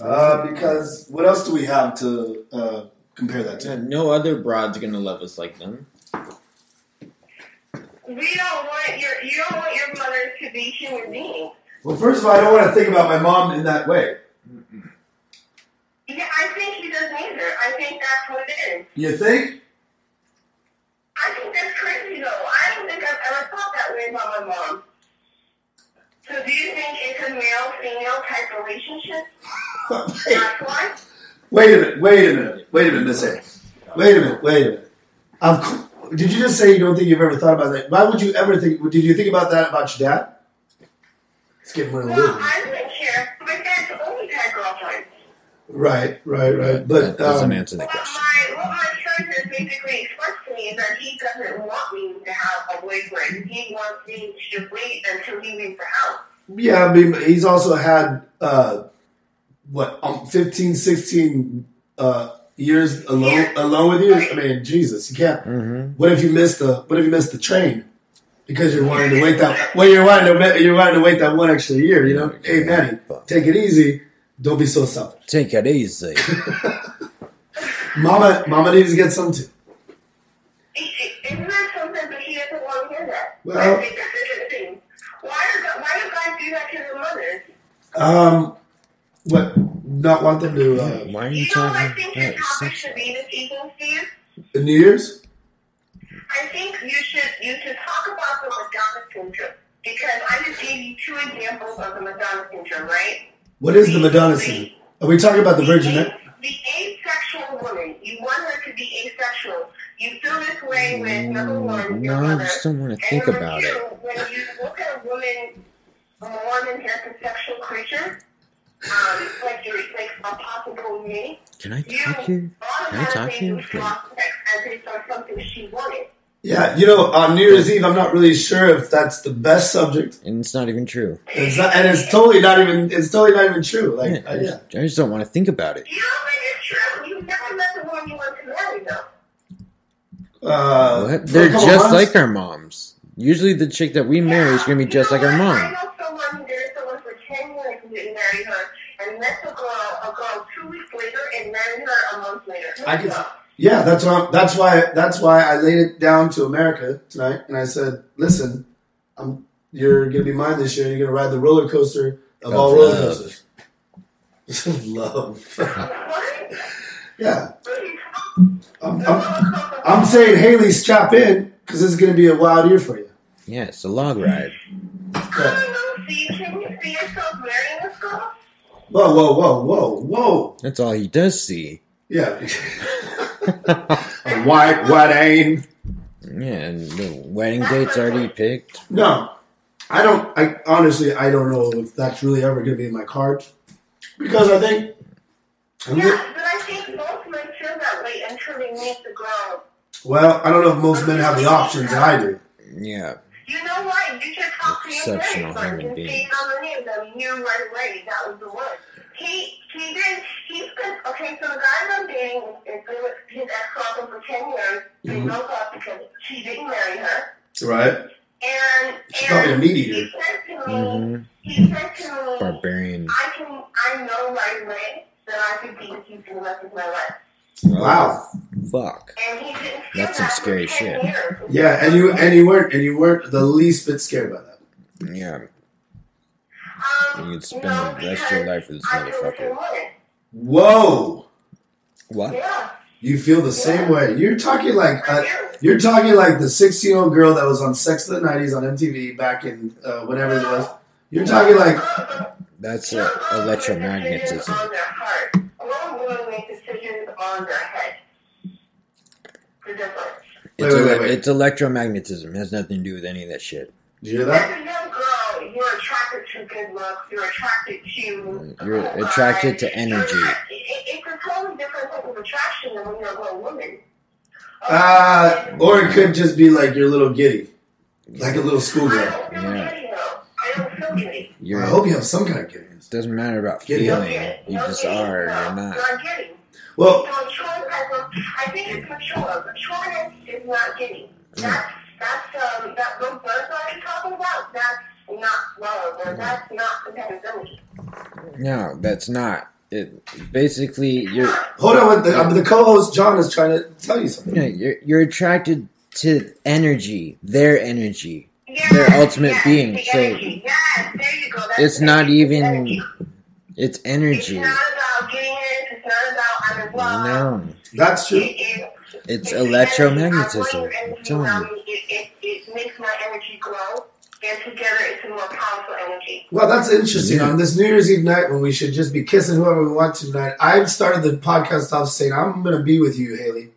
[SPEAKER 4] Uh, because what else do we have to uh, compare that to?
[SPEAKER 6] No other broad's gonna love us like them.
[SPEAKER 10] We don't want your you don't want your mothers to be human beings.
[SPEAKER 4] Well, first of all, I don't want to think about my mom in that way.
[SPEAKER 10] Yeah, I think he does either. I think that's what it is.
[SPEAKER 4] You think?
[SPEAKER 10] I think that's crazy though. I don't think I've ever thought that way about my mom. So do you think it's a male female type relationship? That's why?
[SPEAKER 4] Wait a minute. Wait a minute. Wait a minute, Miss A. Wait a minute. Wait a minute. Of cou- did you just say you don't think you've ever thought about that? Why would you ever think? Did you think about that about your dad? Let's get more
[SPEAKER 10] Well, I wouldn't care. My dad's always had girlfriends.
[SPEAKER 4] Right, right, right. But
[SPEAKER 6] That doesn't
[SPEAKER 4] um,
[SPEAKER 6] answer the question.
[SPEAKER 10] My what my son has basically expressed to me is that he doesn't want me to have a boyfriend. He wants me to wait until he leaves the house.
[SPEAKER 4] Yeah, I mean, but he's also had uh, what um, 15, 16 uh, years alone alone with you. I mean, Jesus, you can't.
[SPEAKER 6] Mm-hmm.
[SPEAKER 4] What if you missed the What if you missed the train because you're wanting to wait that? Well, you're wanting to ma- you're wanting to wait that one extra year. You know, hey Manny, take it easy. Don't be so selfish.
[SPEAKER 6] Take it easy.
[SPEAKER 4] Mama, Mama needs to get some too.
[SPEAKER 10] Isn't that something that he doesn't want to hear that?
[SPEAKER 4] Well-
[SPEAKER 10] I think that's interesting. Why do why do guys do that to their mothers?
[SPEAKER 4] Um, what? Not want them to uh,
[SPEAKER 6] Why are you
[SPEAKER 10] talking
[SPEAKER 6] about
[SPEAKER 10] It should be this evening, Steve.
[SPEAKER 4] New Year's?
[SPEAKER 10] I think you should you should talk about the Madonna syndrome because I just gave you two examples of the Madonna syndrome, right?
[SPEAKER 4] What is the Madonna scene? Are we talking about the Virgin?
[SPEAKER 10] The asexual woman, you want her to be asexual. You feel this way when number one, your
[SPEAKER 6] No, I
[SPEAKER 10] mother.
[SPEAKER 6] just don't want to
[SPEAKER 10] and
[SPEAKER 6] think
[SPEAKER 10] number
[SPEAKER 6] about
[SPEAKER 10] two,
[SPEAKER 6] it.
[SPEAKER 10] when you look at a woman more than just a sexual creature, um, like you're like a possible me,
[SPEAKER 6] Can I talk here? Can I talk here?
[SPEAKER 10] as if it's something she wanted.
[SPEAKER 4] Yeah, you know, on New Year's Eve, I'm not really sure if that's the best subject.
[SPEAKER 6] And it's not even true.
[SPEAKER 4] It's not, and it's totally not even. It's totally not even true. Like,
[SPEAKER 6] I
[SPEAKER 4] uh, Uh, yeah.
[SPEAKER 6] just, I just don't want to think about it.
[SPEAKER 10] You don't think it's true. You never met the woman you want to marry, though.
[SPEAKER 4] Uh, for a
[SPEAKER 6] What? They're
[SPEAKER 4] couple
[SPEAKER 6] just
[SPEAKER 4] months-
[SPEAKER 6] like our moms. Usually, the chick that we marry is gonna be just like our
[SPEAKER 10] I
[SPEAKER 6] mom.
[SPEAKER 10] know someone who dated someone for 10 years and didn't marry her, and met the girl, a girl two weeks later and married her a month later.
[SPEAKER 4] I can. Yeah, that's why. That's why. That's why I laid it down to America tonight, and I said, "Listen, I'm, you're gonna be mine this year. You're gonna ride the roller coaster of
[SPEAKER 6] Of
[SPEAKER 4] all roller
[SPEAKER 6] love.
[SPEAKER 4] coasters." love. yeah. I'm, I'm, I'm saying, Haley, strap in because this is gonna be a wild year for you.
[SPEAKER 6] Yeah, it's a log ride.
[SPEAKER 4] Whoa, whoa, whoa, whoa, whoa.
[SPEAKER 6] That's all he does see.
[SPEAKER 4] Yeah. White wedding.
[SPEAKER 6] Yeah, and the wedding date's already picked.
[SPEAKER 4] No, I don't. I honestly, I don't know if that's really ever going to be in my cards because I think.
[SPEAKER 10] Yeah, but I think most men feel that way until they meet the girl.
[SPEAKER 4] Well, I don't know if most men have the options that I do.
[SPEAKER 6] Yeah,
[SPEAKER 10] You know what? You should talk to your
[SPEAKER 6] Exceptional
[SPEAKER 10] married friends
[SPEAKER 6] human
[SPEAKER 10] and see
[SPEAKER 6] being.
[SPEAKER 10] how many of them knew right away that was the one. He he did he spent okay, so the guys I'm dating is been with his ex girlfriend for ten years.
[SPEAKER 6] Mm-hmm.
[SPEAKER 10] They
[SPEAKER 4] Mhm.
[SPEAKER 10] broke up because she didn't marry her.
[SPEAKER 4] Right?
[SPEAKER 10] And
[SPEAKER 4] She's probably a meat eater.
[SPEAKER 6] Mm-hmm.
[SPEAKER 10] he said to me,
[SPEAKER 6] Barbarian.
[SPEAKER 10] I can I know right away that I could be with you for the rest of my life.
[SPEAKER 4] Wow.
[SPEAKER 6] Fuck.
[SPEAKER 10] And he didn't feel
[SPEAKER 6] That's some
[SPEAKER 10] that
[SPEAKER 6] scary
[SPEAKER 10] for 10
[SPEAKER 6] shit.
[SPEAKER 10] years.
[SPEAKER 4] Yeah, and you and you weren't and you weren't the least bit scared by that.
[SPEAKER 6] Yeah.
[SPEAKER 10] Um,
[SPEAKER 6] You could spend the rest of your life with this
[SPEAKER 10] I feel the same
[SPEAKER 6] motherfucker.
[SPEAKER 10] way.
[SPEAKER 4] Whoa.
[SPEAKER 6] What?
[SPEAKER 10] Yeah.
[SPEAKER 4] You feel the same way. You're talking like
[SPEAKER 10] I
[SPEAKER 4] uh,
[SPEAKER 10] do.
[SPEAKER 4] you're talking like the 16 year old girl that was on Sex of the 90s on MTV back in uh, whenever it was. You're talking like
[SPEAKER 6] That's uh,
[SPEAKER 10] Decisions
[SPEAKER 6] electromagnetism.
[SPEAKER 10] on their heart. Grown women make decisions on their head. the difference.
[SPEAKER 6] It's,
[SPEAKER 4] wait,
[SPEAKER 6] ele-
[SPEAKER 4] wait, wait.
[SPEAKER 6] it's electromagnetism. It has nothing to do with any of that shit.
[SPEAKER 4] Did you hear
[SPEAKER 10] As
[SPEAKER 4] that?
[SPEAKER 10] a young girl, you're attracted to good looks. You're attracted to. uh,
[SPEAKER 6] You're attracted to energy.
[SPEAKER 10] It, it, it's a totally different type of attraction than when you're a grown woman.
[SPEAKER 4] Ah, or it could just be like your little giddy, like a little schoolgirl.
[SPEAKER 6] Yeah. You're,
[SPEAKER 4] I hope you have some kind of giddy.
[SPEAKER 6] doesn't matter about
[SPEAKER 4] Get it.
[SPEAKER 6] feeling. You just are or you're not.
[SPEAKER 10] You're getting.
[SPEAKER 4] Well,
[SPEAKER 10] So mature type of. I think it's mature. Mature is not getting. That's that's um that little bird that you're talking about. That's not love, or that's not compatibility.
[SPEAKER 6] No, that's not. It basically you're
[SPEAKER 4] Hold on, what the, um, the co-host John is trying to tell you something.
[SPEAKER 6] yeah, you're, you're attracted to energy, their energy, their ultimate being. so it's not even it's energy.
[SPEAKER 10] It's not about I'm in love.
[SPEAKER 6] No,
[SPEAKER 4] That's true.
[SPEAKER 6] it's electromagnetism. I'm telling you.
[SPEAKER 10] um, It, it makes my energy grow, and together it's a more powerful energy.
[SPEAKER 4] Well, that's interesting. On this New Year's Eve night, when we should just be kissing whoever we want to tonight, I started the podcast off saying, "I'm going to be with you, Haley,"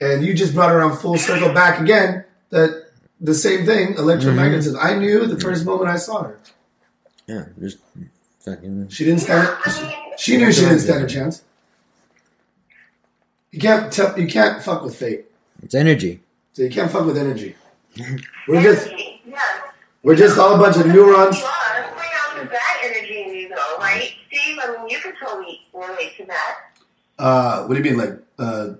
[SPEAKER 4] and you just brought around full circle back again. That the same thing, electromagnetism.
[SPEAKER 6] Mm-hmm.
[SPEAKER 4] I knew the first moment I saw her.
[SPEAKER 6] Yeah, just fucking.
[SPEAKER 4] She didn't stand. She, she knew she didn't stand a chance. You can't. Tell, you can't fuck with fate.
[SPEAKER 6] It's energy.
[SPEAKER 4] So you can't fuck with energy. We're just.
[SPEAKER 10] Yeah.
[SPEAKER 4] We're just all a bunch of neurons.
[SPEAKER 10] You are. Let's bring out the bad energy in you, though, right? Steve, I mean, you can totally relate to that.
[SPEAKER 4] Uh, what do you mean? Like, uh,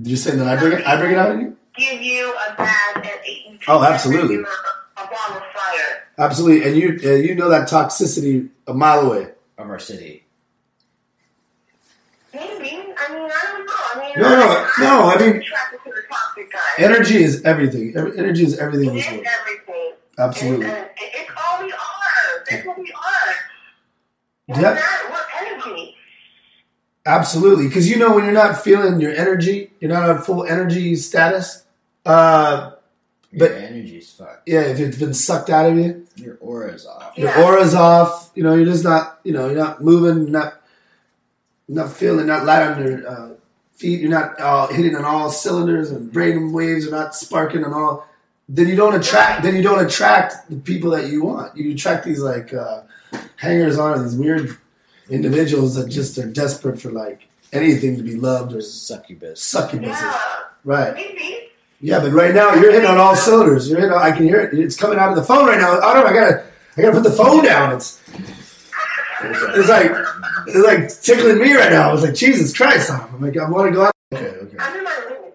[SPEAKER 4] you're saying that I bring it? I bring it out in you?
[SPEAKER 10] Give you a bad energy.
[SPEAKER 4] Oh, absolutely,
[SPEAKER 10] A bomb of fire.
[SPEAKER 4] absolutely. And you, uh, you know that toxicity a mile away.
[SPEAKER 6] Of our city.
[SPEAKER 10] Maybe. I mean, I don't know. I mean,
[SPEAKER 4] No,
[SPEAKER 10] I,
[SPEAKER 4] no, no, I mean-
[SPEAKER 10] attracted to the toxic guy.
[SPEAKER 4] Energy is everything. Ev- Energy is everything in
[SPEAKER 10] It is
[SPEAKER 4] this world.
[SPEAKER 10] everything.
[SPEAKER 4] Absolutely.
[SPEAKER 10] It is, it- it's all we are. That's what we are. We're
[SPEAKER 4] Yep.
[SPEAKER 10] not, we're energy.
[SPEAKER 4] Absolutely, because you know when you're not feeling your energy, you're not on full energy status. Uh,
[SPEAKER 6] Your
[SPEAKER 4] But-
[SPEAKER 6] energy is fucked.
[SPEAKER 4] yeah, if it's been sucked out of you,
[SPEAKER 6] Your aura is off.
[SPEAKER 4] your
[SPEAKER 10] Yeah.
[SPEAKER 4] aura's off. You know, you're just not. You know, you're not moving. You're not, not feeling. Not light on your uh, feet. You're not uh, hitting on all cylinders, and brain waves are not sparking on all. Then you don't attract. Then you don't attract the people that you want. You attract these like uh, hangers on, these weird individuals that just are desperate for like anything to be loved or
[SPEAKER 6] Succubus.
[SPEAKER 4] succubuses.
[SPEAKER 10] Yeah.
[SPEAKER 4] Right.
[SPEAKER 10] Maybe.
[SPEAKER 4] Yeah, but right now you're hitting on all cylinders. You're hitting. on- I can hear it. It's coming out of the phone right now. Oh no, I gotta, I gotta put the phone down. It's, it's like, it's like tickling me right now. I was like, Jesus Christ, I'm I'm like, I want to go out. Okay, okay.
[SPEAKER 10] I'm in my room.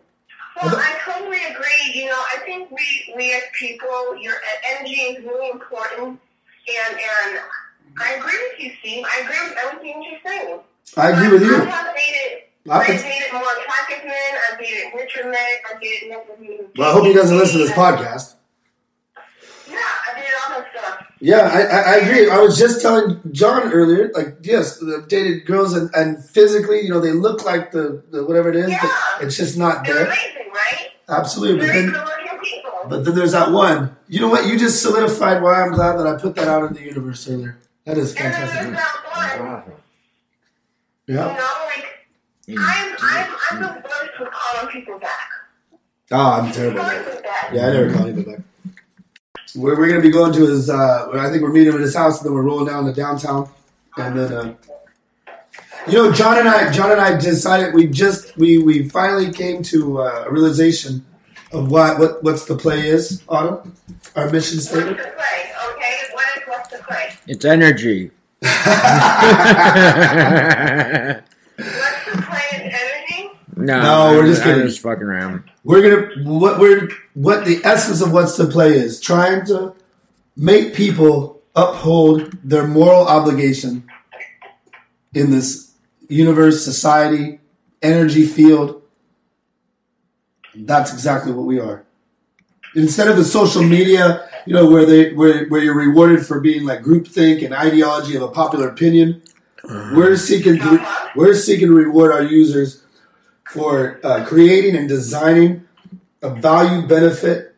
[SPEAKER 10] Well, I totally agree. You know, I think we, we as people, your e, energy is really important. And, and I agree with you, Steve. I agree with everything you're saying.
[SPEAKER 4] I agree with
[SPEAKER 10] I
[SPEAKER 4] you.
[SPEAKER 10] have dated,
[SPEAKER 4] I
[SPEAKER 10] I've
[SPEAKER 4] think-
[SPEAKER 10] dated more attractive men. I've dated richer men. I've dated men who-
[SPEAKER 4] Well, I hope he doesn't listen to this podcast.
[SPEAKER 10] Yeah, I did all that stuff.
[SPEAKER 4] Yeah, I, I, I agree. I was just telling John earlier, like, yes, I've dated girls and, and physically, you know, they look like the, the whatever it is, but it's just not
[SPEAKER 10] They're
[SPEAKER 4] there.
[SPEAKER 10] amazing, right?
[SPEAKER 4] Absolutely. But
[SPEAKER 10] Very
[SPEAKER 4] then,
[SPEAKER 10] good-looking people.
[SPEAKER 4] But then there's that one. You know what? You just solidified why I'm glad that I put that out in the universe earlier. That is
[SPEAKER 10] and then there's
[SPEAKER 4] fantastic.
[SPEAKER 10] that one. You
[SPEAKER 4] Yeah.
[SPEAKER 10] know, like, I'm, I'm, I'm the worst with calling people back.
[SPEAKER 4] Oh, I'm terrible.
[SPEAKER 10] Sorry
[SPEAKER 4] At that.
[SPEAKER 10] about that.
[SPEAKER 4] Yeah, I never call anybody back. Where we're gonna be going to is uh, I think we're meeting him at his house, and then we're rolling down to downtown, and then uh, you know, John and I, John and I decided we just we we finally came to uh, a realization of what what what's the play is, Autumn, our mission
[SPEAKER 10] What's the
[SPEAKER 4] statement.
[SPEAKER 10] play? Okay, what is what's the play?
[SPEAKER 6] It's energy.
[SPEAKER 10] What's the play in energy?
[SPEAKER 6] No,
[SPEAKER 4] No, we're
[SPEAKER 6] I'm-
[SPEAKER 4] just kidding.
[SPEAKER 6] I'm just fucking around.
[SPEAKER 4] We're gonna what we're what the essence of what's the play is trying to make people uphold their moral obligation in this universe, society, energy field. That's exactly what we are. Instead of the social media, you know, where they where, where you're rewarded for being like groupthink and ideology of a popular opinion, we're seeking to, we're seeking to reward our users for uh, creating and designing a value benefit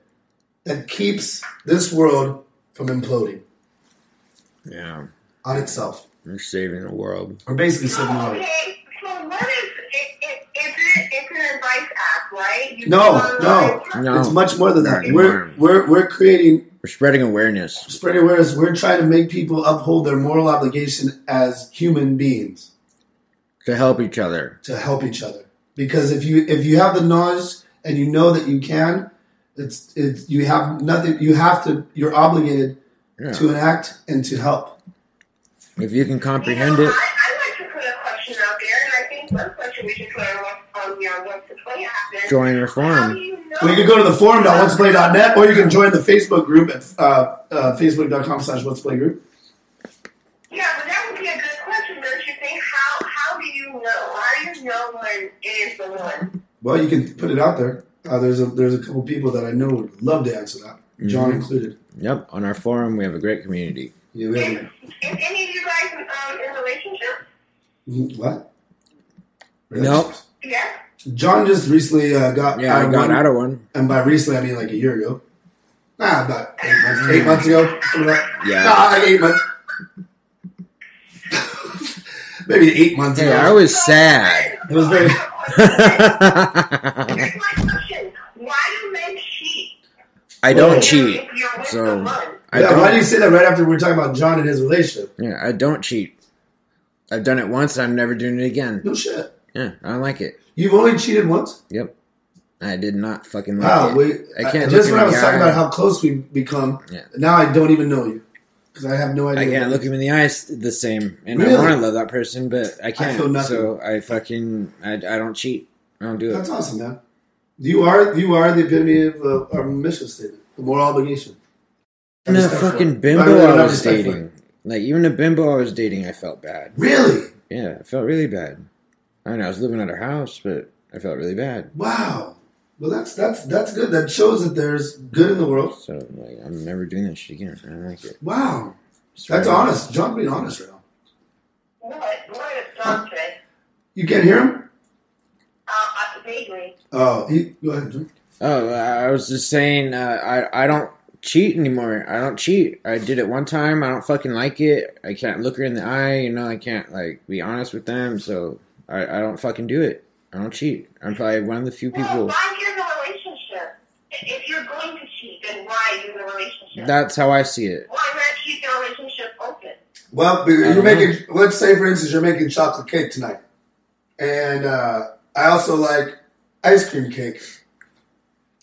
[SPEAKER 4] that keeps this world from imploding
[SPEAKER 6] Yeah,
[SPEAKER 4] on itself.
[SPEAKER 6] we're saving the world.
[SPEAKER 4] We're basically saving the
[SPEAKER 10] Oh,
[SPEAKER 4] world.
[SPEAKER 10] okay, so what is it, it, it's, a, it's an advice app. right? You
[SPEAKER 4] No, no,
[SPEAKER 6] No.
[SPEAKER 4] It's much more than
[SPEAKER 6] Not
[SPEAKER 4] that.
[SPEAKER 6] anymore.
[SPEAKER 4] We're we're we're creating
[SPEAKER 6] We're spreading awareness.
[SPEAKER 4] spread awareness. We're trying to make people uphold their moral obligation as human beings
[SPEAKER 6] to help each other.
[SPEAKER 4] to help each other. Because if you if you have the knowledge and you know that you can, it's it's you have nothing. You have to. You're obligated
[SPEAKER 6] Yeah.
[SPEAKER 4] to enact and to help.
[SPEAKER 6] If you can
[SPEAKER 10] You know,
[SPEAKER 6] comprehend it,
[SPEAKER 10] I, I'd like to put a question out there, and I think one question we should put on what's on your what's the play app is
[SPEAKER 6] join your
[SPEAKER 10] how
[SPEAKER 6] forum.
[SPEAKER 10] do you know
[SPEAKER 4] Well, you can go to the forum.letsplay.net or you can join the Facebook group at uh, uh, facebook.com slash let's play group.
[SPEAKER 10] Yeah, but that would be a good question, don't you think? How how do you know? How do you know when it is the one?
[SPEAKER 4] Well, you can put it out there. Uh, there's a there's a couple people that I know would love to answer that, John
[SPEAKER 6] Mhm.
[SPEAKER 4] included.
[SPEAKER 6] Yep, on our forum, we have a great community.
[SPEAKER 4] Yeah, we have
[SPEAKER 10] And any of you guys um, in relationships?
[SPEAKER 4] a- mm, what?
[SPEAKER 6] Nope.
[SPEAKER 10] Yeah.
[SPEAKER 4] John just recently uh, got
[SPEAKER 6] Yeah, I got
[SPEAKER 4] one,
[SPEAKER 6] out of one.
[SPEAKER 4] and by recently I mean like a year ago. Nah, about eight months, eight months ago. something like that.
[SPEAKER 6] Mm. Yeah.
[SPEAKER 4] Nah, like eight months. Maybe eight months
[SPEAKER 6] Hey,
[SPEAKER 4] ago.
[SPEAKER 6] I was sad.
[SPEAKER 4] it was very.
[SPEAKER 6] I
[SPEAKER 10] That's my question. Why do men cheat?
[SPEAKER 6] don't cheat.
[SPEAKER 10] If you're with
[SPEAKER 6] So-
[SPEAKER 10] the one.
[SPEAKER 6] I
[SPEAKER 4] yeah, why do you
[SPEAKER 6] don't.
[SPEAKER 4] say that right after we're talking about John and his relationship?
[SPEAKER 6] Yeah, I don't cheat. I've done it once. I'm never doing it again.
[SPEAKER 4] No shit.
[SPEAKER 6] Yeah, I don't like it.
[SPEAKER 4] You've only cheated once.
[SPEAKER 6] Yep. I did not fucking like
[SPEAKER 4] Wow,
[SPEAKER 6] it.
[SPEAKER 4] we,
[SPEAKER 6] I can't. look
[SPEAKER 4] just
[SPEAKER 6] him
[SPEAKER 4] when
[SPEAKER 6] in
[SPEAKER 4] I was
[SPEAKER 6] the
[SPEAKER 4] talking
[SPEAKER 6] eye.
[SPEAKER 4] about how close we've become,
[SPEAKER 6] Yeah.
[SPEAKER 4] now I don't even know you because I have no idea.
[SPEAKER 6] I can't
[SPEAKER 4] what-
[SPEAKER 6] look him in the eyes the same, and
[SPEAKER 4] Really?
[SPEAKER 6] I want to love that person, but I can't.
[SPEAKER 4] feel nothing.
[SPEAKER 6] so I fucking I, I don't cheat. I don't do
[SPEAKER 4] That's
[SPEAKER 6] it.
[SPEAKER 4] awesome, man. You are you are the epitome of uh, our mission statement, the moral obligation.
[SPEAKER 6] Even a
[SPEAKER 4] Respect for
[SPEAKER 6] fucking
[SPEAKER 4] it. I
[SPEAKER 6] bimbo
[SPEAKER 4] really don't
[SPEAKER 6] I was
[SPEAKER 4] respect for it.
[SPEAKER 6] dating, like even a bimbo I was dating, I felt bad.
[SPEAKER 4] Really?
[SPEAKER 6] Yeah, I felt really bad. I mean, I was living at her house, but I felt really bad.
[SPEAKER 4] Wow. Well, that's that's that's good. That shows that there's good in the world.
[SPEAKER 6] So like, I'm never doing that shit again. I don't like it.
[SPEAKER 4] Wow,
[SPEAKER 6] It's
[SPEAKER 4] that's
[SPEAKER 6] very-
[SPEAKER 4] honest. John's being honest right now.
[SPEAKER 10] What? What is John say?
[SPEAKER 4] You can't hear him.
[SPEAKER 10] Uh, uh, vaguely.
[SPEAKER 4] Oh, he, go ahead, John.
[SPEAKER 6] Oh, I was just saying, uh, I I don't cheat anymore. I don't cheat. I did it one time. I don't fucking like it. I can't look her in the eye. You know, I can't like be honest with them. So I I don't fucking do it. I don't cheat. I'm probably one of the few
[SPEAKER 10] Well,
[SPEAKER 6] people.
[SPEAKER 10] why get in a relationship? I- If you're going to cheat, then why get in a relationship?
[SPEAKER 6] That's how I see it.
[SPEAKER 10] why not keep your relationship open?
[SPEAKER 4] Well, but you're
[SPEAKER 6] don't
[SPEAKER 4] making. Let's say, for instance, you're making chocolate cake tonight, and uh, I also like ice cream cake.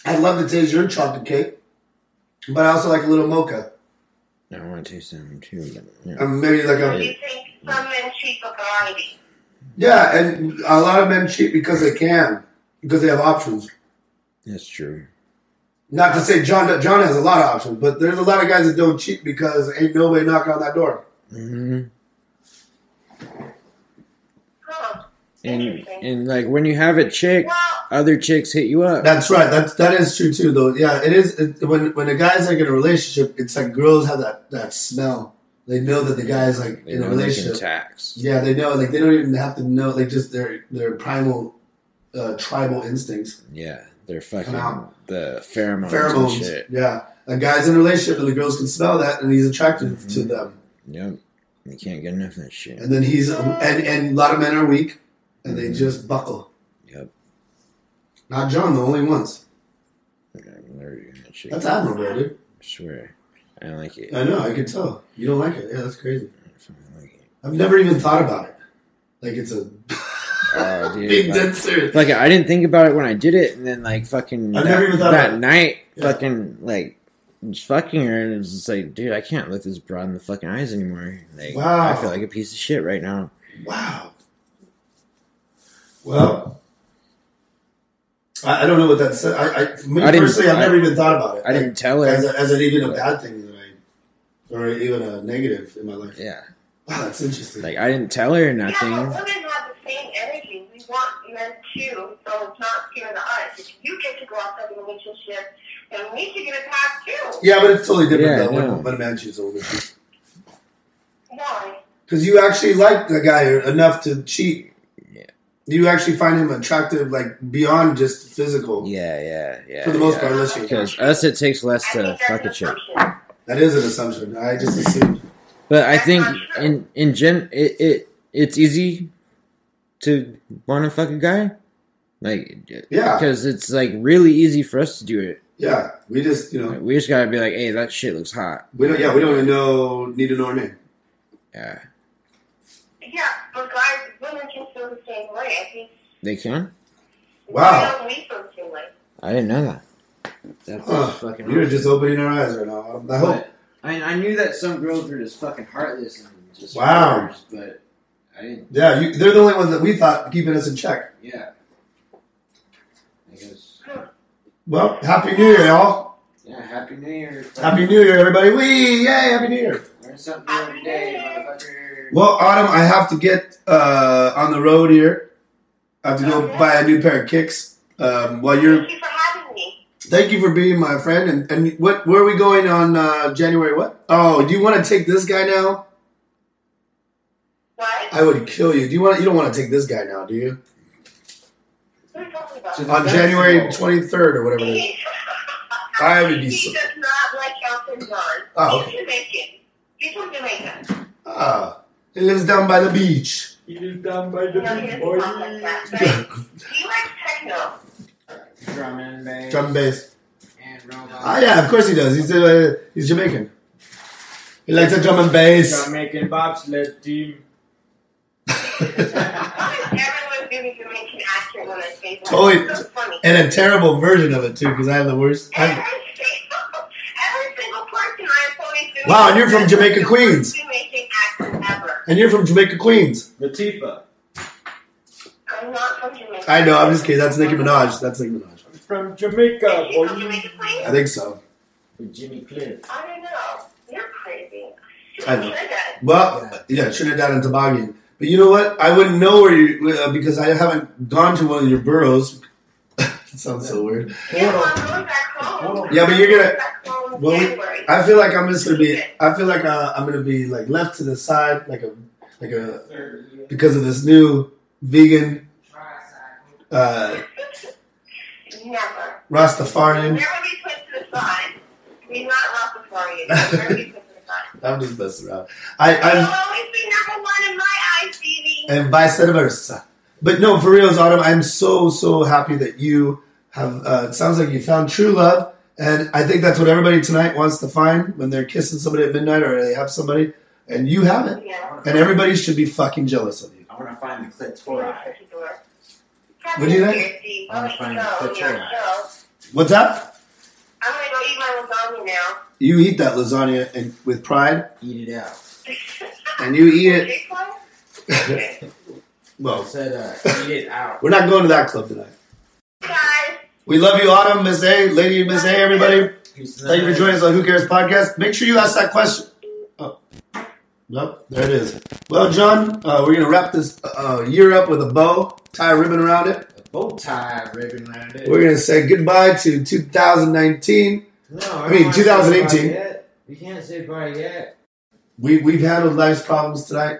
[SPEAKER 4] I'd love to taste your chocolate cake, but I also like a little mocha,
[SPEAKER 6] I want to taste them too. But, you know.
[SPEAKER 4] and maybe like
[SPEAKER 10] Do you
[SPEAKER 4] a
[SPEAKER 10] think some men cheat for variety?
[SPEAKER 4] yeah. And a lot of men cheat because they can, because they have options.
[SPEAKER 6] That's true.
[SPEAKER 4] Not to say John John has a lot of options, but there's a lot of guys that don't cheat because ain't nobody knocking on that door.
[SPEAKER 6] hmm
[SPEAKER 10] Huh.
[SPEAKER 6] And
[SPEAKER 10] Interesting.
[SPEAKER 6] and like when you have a chick,
[SPEAKER 10] well,
[SPEAKER 6] other chicks hit you up.
[SPEAKER 4] That's right. That's that is true too, though. Yeah, it is. It, when when a guy's like in a relationship, it's like girls have that that smell. They know that the guy's like
[SPEAKER 6] They
[SPEAKER 4] in a
[SPEAKER 6] know they can
[SPEAKER 4] relationship.
[SPEAKER 6] tax.
[SPEAKER 4] Yeah, they know. Like they don't even have to know. Like just their their primal, uh, tribal instincts,
[SPEAKER 6] Yeah, they're fucking
[SPEAKER 4] Come out.
[SPEAKER 6] the pheromones, and
[SPEAKER 4] pheromones.
[SPEAKER 6] Oh, shit.
[SPEAKER 4] Yeah, a guy's in a relationship and the girls can smell that, and he's attracted
[SPEAKER 6] Mm-hmm.
[SPEAKER 4] to them.
[SPEAKER 6] Yep. You can't get enough of that shit.
[SPEAKER 4] And then he's um, and and a lot of men are weak, and
[SPEAKER 6] Mm-hmm.
[SPEAKER 4] they just buckle.
[SPEAKER 6] Yep.
[SPEAKER 4] Not John, the only ones.
[SPEAKER 6] I'm never doing that shit.
[SPEAKER 4] That's
[SPEAKER 6] I
[SPEAKER 4] admirable, dude.
[SPEAKER 6] swear. I don't like it.
[SPEAKER 4] I know. I can tell you don't like it. Yeah, that's crazy.
[SPEAKER 6] I don't fucking like it.
[SPEAKER 4] I've never even thought about it. Like it's a
[SPEAKER 6] Oh, dude,
[SPEAKER 4] being
[SPEAKER 6] like-
[SPEAKER 4] dead serious.
[SPEAKER 6] Like I didn't think about it when I did it, and then like fucking
[SPEAKER 4] I
[SPEAKER 6] that,
[SPEAKER 4] never even thought
[SPEAKER 6] that
[SPEAKER 4] about it.
[SPEAKER 6] night,
[SPEAKER 4] Yeah.
[SPEAKER 6] fucking like just fucking her, and it was just like, dude, I can't look this broad in the fucking eyes anymore. Like,
[SPEAKER 4] Wow.
[SPEAKER 6] I feel like a piece of shit right now.
[SPEAKER 4] wow. Well, I, I don't know what that said. I, I, me
[SPEAKER 6] I didn't-
[SPEAKER 4] personally, I've
[SPEAKER 6] I-
[SPEAKER 4] never even thought about it.
[SPEAKER 6] I didn't tell
[SPEAKER 4] Like,
[SPEAKER 6] her.
[SPEAKER 4] as, a, as an even a bad thing that I, or even a negative in my life.
[SPEAKER 6] yeah,
[SPEAKER 4] Wow, that's interesting.
[SPEAKER 6] like I didn't tell her
[SPEAKER 10] yeah,
[SPEAKER 6] nothing.
[SPEAKER 10] but women have the same energy. We want men too, so it's not fear in the eyes. If you get to go outside the relationship, then we should get a pass too.
[SPEAKER 4] yeah, but it's totally different
[SPEAKER 6] Yeah,
[SPEAKER 4] though when-
[SPEAKER 6] no.
[SPEAKER 4] when a man cheats over
[SPEAKER 10] Why?
[SPEAKER 4] because you actually like the guy enough to cheat.
[SPEAKER 6] Yeah.
[SPEAKER 4] You actually find him attractive, like beyond just physical.
[SPEAKER 6] Yeah, yeah, yeah.
[SPEAKER 4] For the most
[SPEAKER 6] yeah.
[SPEAKER 4] part, unless you
[SPEAKER 6] because us, it takes less
[SPEAKER 10] I
[SPEAKER 6] to
[SPEAKER 10] think that's
[SPEAKER 6] fuck
[SPEAKER 10] an
[SPEAKER 6] a chick.
[SPEAKER 10] assumption.
[SPEAKER 4] That is an assumption. I just assumed.
[SPEAKER 6] But I
[SPEAKER 10] That's
[SPEAKER 6] think
[SPEAKER 10] not true.
[SPEAKER 6] in in gen it, it it's easy to want to fuck a guy. Like,
[SPEAKER 4] Yeah.
[SPEAKER 6] because it's like really easy for us to do it.
[SPEAKER 4] Yeah, we just you know
[SPEAKER 6] Like, we just gotta be like, hey, that shit looks hot.
[SPEAKER 4] we don't. Yeah, we don't even know need to know her name.
[SPEAKER 6] Yeah,
[SPEAKER 10] Yeah, but guys, women can feel the same way. I think
[SPEAKER 6] they can.
[SPEAKER 10] girls, we feel the same way.
[SPEAKER 6] I didn't know that. That's
[SPEAKER 4] Huh.
[SPEAKER 6] fucking.
[SPEAKER 4] You're just opening our eyes right now. Adam. I hope.
[SPEAKER 6] I, I knew that some girls were just fucking heartless and just
[SPEAKER 4] Wow.
[SPEAKER 6] whores, but I didn't.
[SPEAKER 4] Yeah, you, they're the only ones that we thought keeping us in check.
[SPEAKER 6] Yeah. I guess.
[SPEAKER 4] Well, happy New Year, y'all.
[SPEAKER 6] Yeah. Happy New Year.
[SPEAKER 4] Happy New Year, everybody. Wee, yay, happy New Year.
[SPEAKER 6] Learn something new every day, motherfucker.
[SPEAKER 4] Well, Autumn, I have to get uh, on the road here. I have to go buy a new pair of kicks. Um, while you're,
[SPEAKER 10] Thank you for having me.
[SPEAKER 4] thank you for being my friend. And, and what? Where are we going on uh, January? What? Oh, do you want to take this guy now?
[SPEAKER 10] What?
[SPEAKER 4] I would kill you. Do you want? You don't want to take this guy now, do you?
[SPEAKER 10] Who are you talking about?
[SPEAKER 4] On January twenty third or whatever. It is.
[SPEAKER 10] He,
[SPEAKER 4] I would be
[SPEAKER 10] he
[SPEAKER 4] so.
[SPEAKER 10] does not like Elton John.
[SPEAKER 4] Oh,
[SPEAKER 10] He's Jamaican. He's from Jamaica.
[SPEAKER 4] Ah, he lives down by the beach.
[SPEAKER 6] He lives down by
[SPEAKER 10] No, he doesn't talk like that. But he likes techno.
[SPEAKER 6] Drum and bass.
[SPEAKER 4] Drum and bass.
[SPEAKER 6] And robots.
[SPEAKER 4] Ah, yeah, of course he does. He's uh, he's Jamaican. He likes a drum and bass.
[SPEAKER 6] Jamaican bobsled team.
[SPEAKER 10] Everyone's doing Jamaican accent when I say that.
[SPEAKER 4] Totally,
[SPEAKER 10] It's so funny.
[SPEAKER 4] and a terrible version of it too, because I have the worst.
[SPEAKER 10] Every
[SPEAKER 4] I,
[SPEAKER 10] single- every single person I employ is doing
[SPEAKER 4] Wow, and you're from Jamaica,
[SPEAKER 10] the worst
[SPEAKER 4] Queens.
[SPEAKER 10] Jamaican accent ever.
[SPEAKER 4] and you're from Jamaica, Queens.
[SPEAKER 6] Latifa.
[SPEAKER 10] I'm not from Jamaica.
[SPEAKER 4] I know. I'm just kidding. That's Nicki Minaj. That's Nicki Minaj.
[SPEAKER 6] From Jamaica,
[SPEAKER 10] You're from Jamaica, Queens?
[SPEAKER 4] I think so.
[SPEAKER 6] With Jimmy Cliff.
[SPEAKER 10] I don't know. You're crazy.
[SPEAKER 4] I know.
[SPEAKER 10] You're dead.
[SPEAKER 4] Well, yeah, Trinidad and Tobago. But you know what? I wouldn't know where you uh, because I haven't gone to one of your boroughs. that sounds so weird.
[SPEAKER 10] Yeah, well, I'm going back home.
[SPEAKER 4] Yeah, but you're gonna.
[SPEAKER 10] Back home in
[SPEAKER 4] Well, we-
[SPEAKER 10] January.
[SPEAKER 4] I feel like I'm just gonna be. I feel like uh, I'm gonna be like left to the side, like a, like a, because of this new vegan, uh,
[SPEAKER 10] Never.
[SPEAKER 4] Rastafarian.
[SPEAKER 10] Never be put to the side. We're not Rastafarian. Never be put to the side.
[SPEAKER 4] I'm just messing around. I,
[SPEAKER 10] You'll
[SPEAKER 4] I
[SPEAKER 10] always be number one in my eyes, Phoebe.
[SPEAKER 4] and vice versa. But no, for reals, Autumn. I'm so so happy that you have. Uh, it sounds like you found true love, and I think that's what everybody tonight wants to find when they're kissing somebody at midnight or they have somebody, and you have it.
[SPEAKER 10] Yeah.
[SPEAKER 4] And everybody should be fucking jealous of you.
[SPEAKER 6] I want to find the
[SPEAKER 10] What
[SPEAKER 6] clitoris.
[SPEAKER 4] What do you think?
[SPEAKER 10] I'm
[SPEAKER 6] I'm
[SPEAKER 10] gonna
[SPEAKER 6] gonna find
[SPEAKER 10] go.
[SPEAKER 6] the
[SPEAKER 10] Yeah, go.
[SPEAKER 4] What's up?
[SPEAKER 10] I'm gonna go eat my lasagna now.
[SPEAKER 4] You eat that lasagna and with pride,
[SPEAKER 6] Eat it out.
[SPEAKER 4] and you eat it.
[SPEAKER 10] Big one?
[SPEAKER 6] I
[SPEAKER 4] Well,
[SPEAKER 6] said, uh, eat it out.
[SPEAKER 4] we're not going to that club tonight.
[SPEAKER 10] Guys,
[SPEAKER 4] We love you, Autumn, Miss A, Lady Miss A, everybody.
[SPEAKER 6] Peace
[SPEAKER 4] Thank you for
[SPEAKER 6] uh,
[SPEAKER 4] joining us on Who Cares Podcast. Make sure you ask that question. Oh, nope, there it is. Well, John, uh, we're going to wrap this uh, uh, year up with a bow, tie a ribbon around it.
[SPEAKER 6] A bow tie ribbon around it.
[SPEAKER 4] We're going to say goodbye to 2019.
[SPEAKER 6] no, I,
[SPEAKER 4] mean,
[SPEAKER 6] don't wanna say
[SPEAKER 4] 2018.
[SPEAKER 6] bye yet. You can't say bye yet.
[SPEAKER 4] We, we've handled life's problems tonight,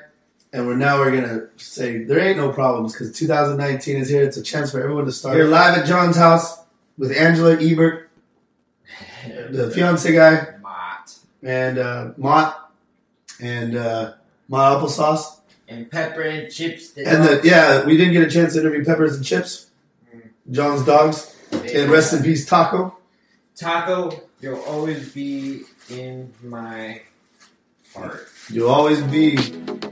[SPEAKER 4] and we're now we're going to say there ain't no problems because 2019 is here. It's a chance for everyone to start. We're live at John's house with Angela Ebert, the fiance guy.
[SPEAKER 6] Mott.
[SPEAKER 4] and uh, Mott and uh, Mott applesauce.
[SPEAKER 6] And pepper and chips. that
[SPEAKER 4] And the,
[SPEAKER 6] don't-
[SPEAKER 4] yeah, we didn't get a chance to interview Peppers and Chips, John's dogs, and rest in peace Taco.
[SPEAKER 6] Taco, you'll always be in my heart.
[SPEAKER 4] You'll always be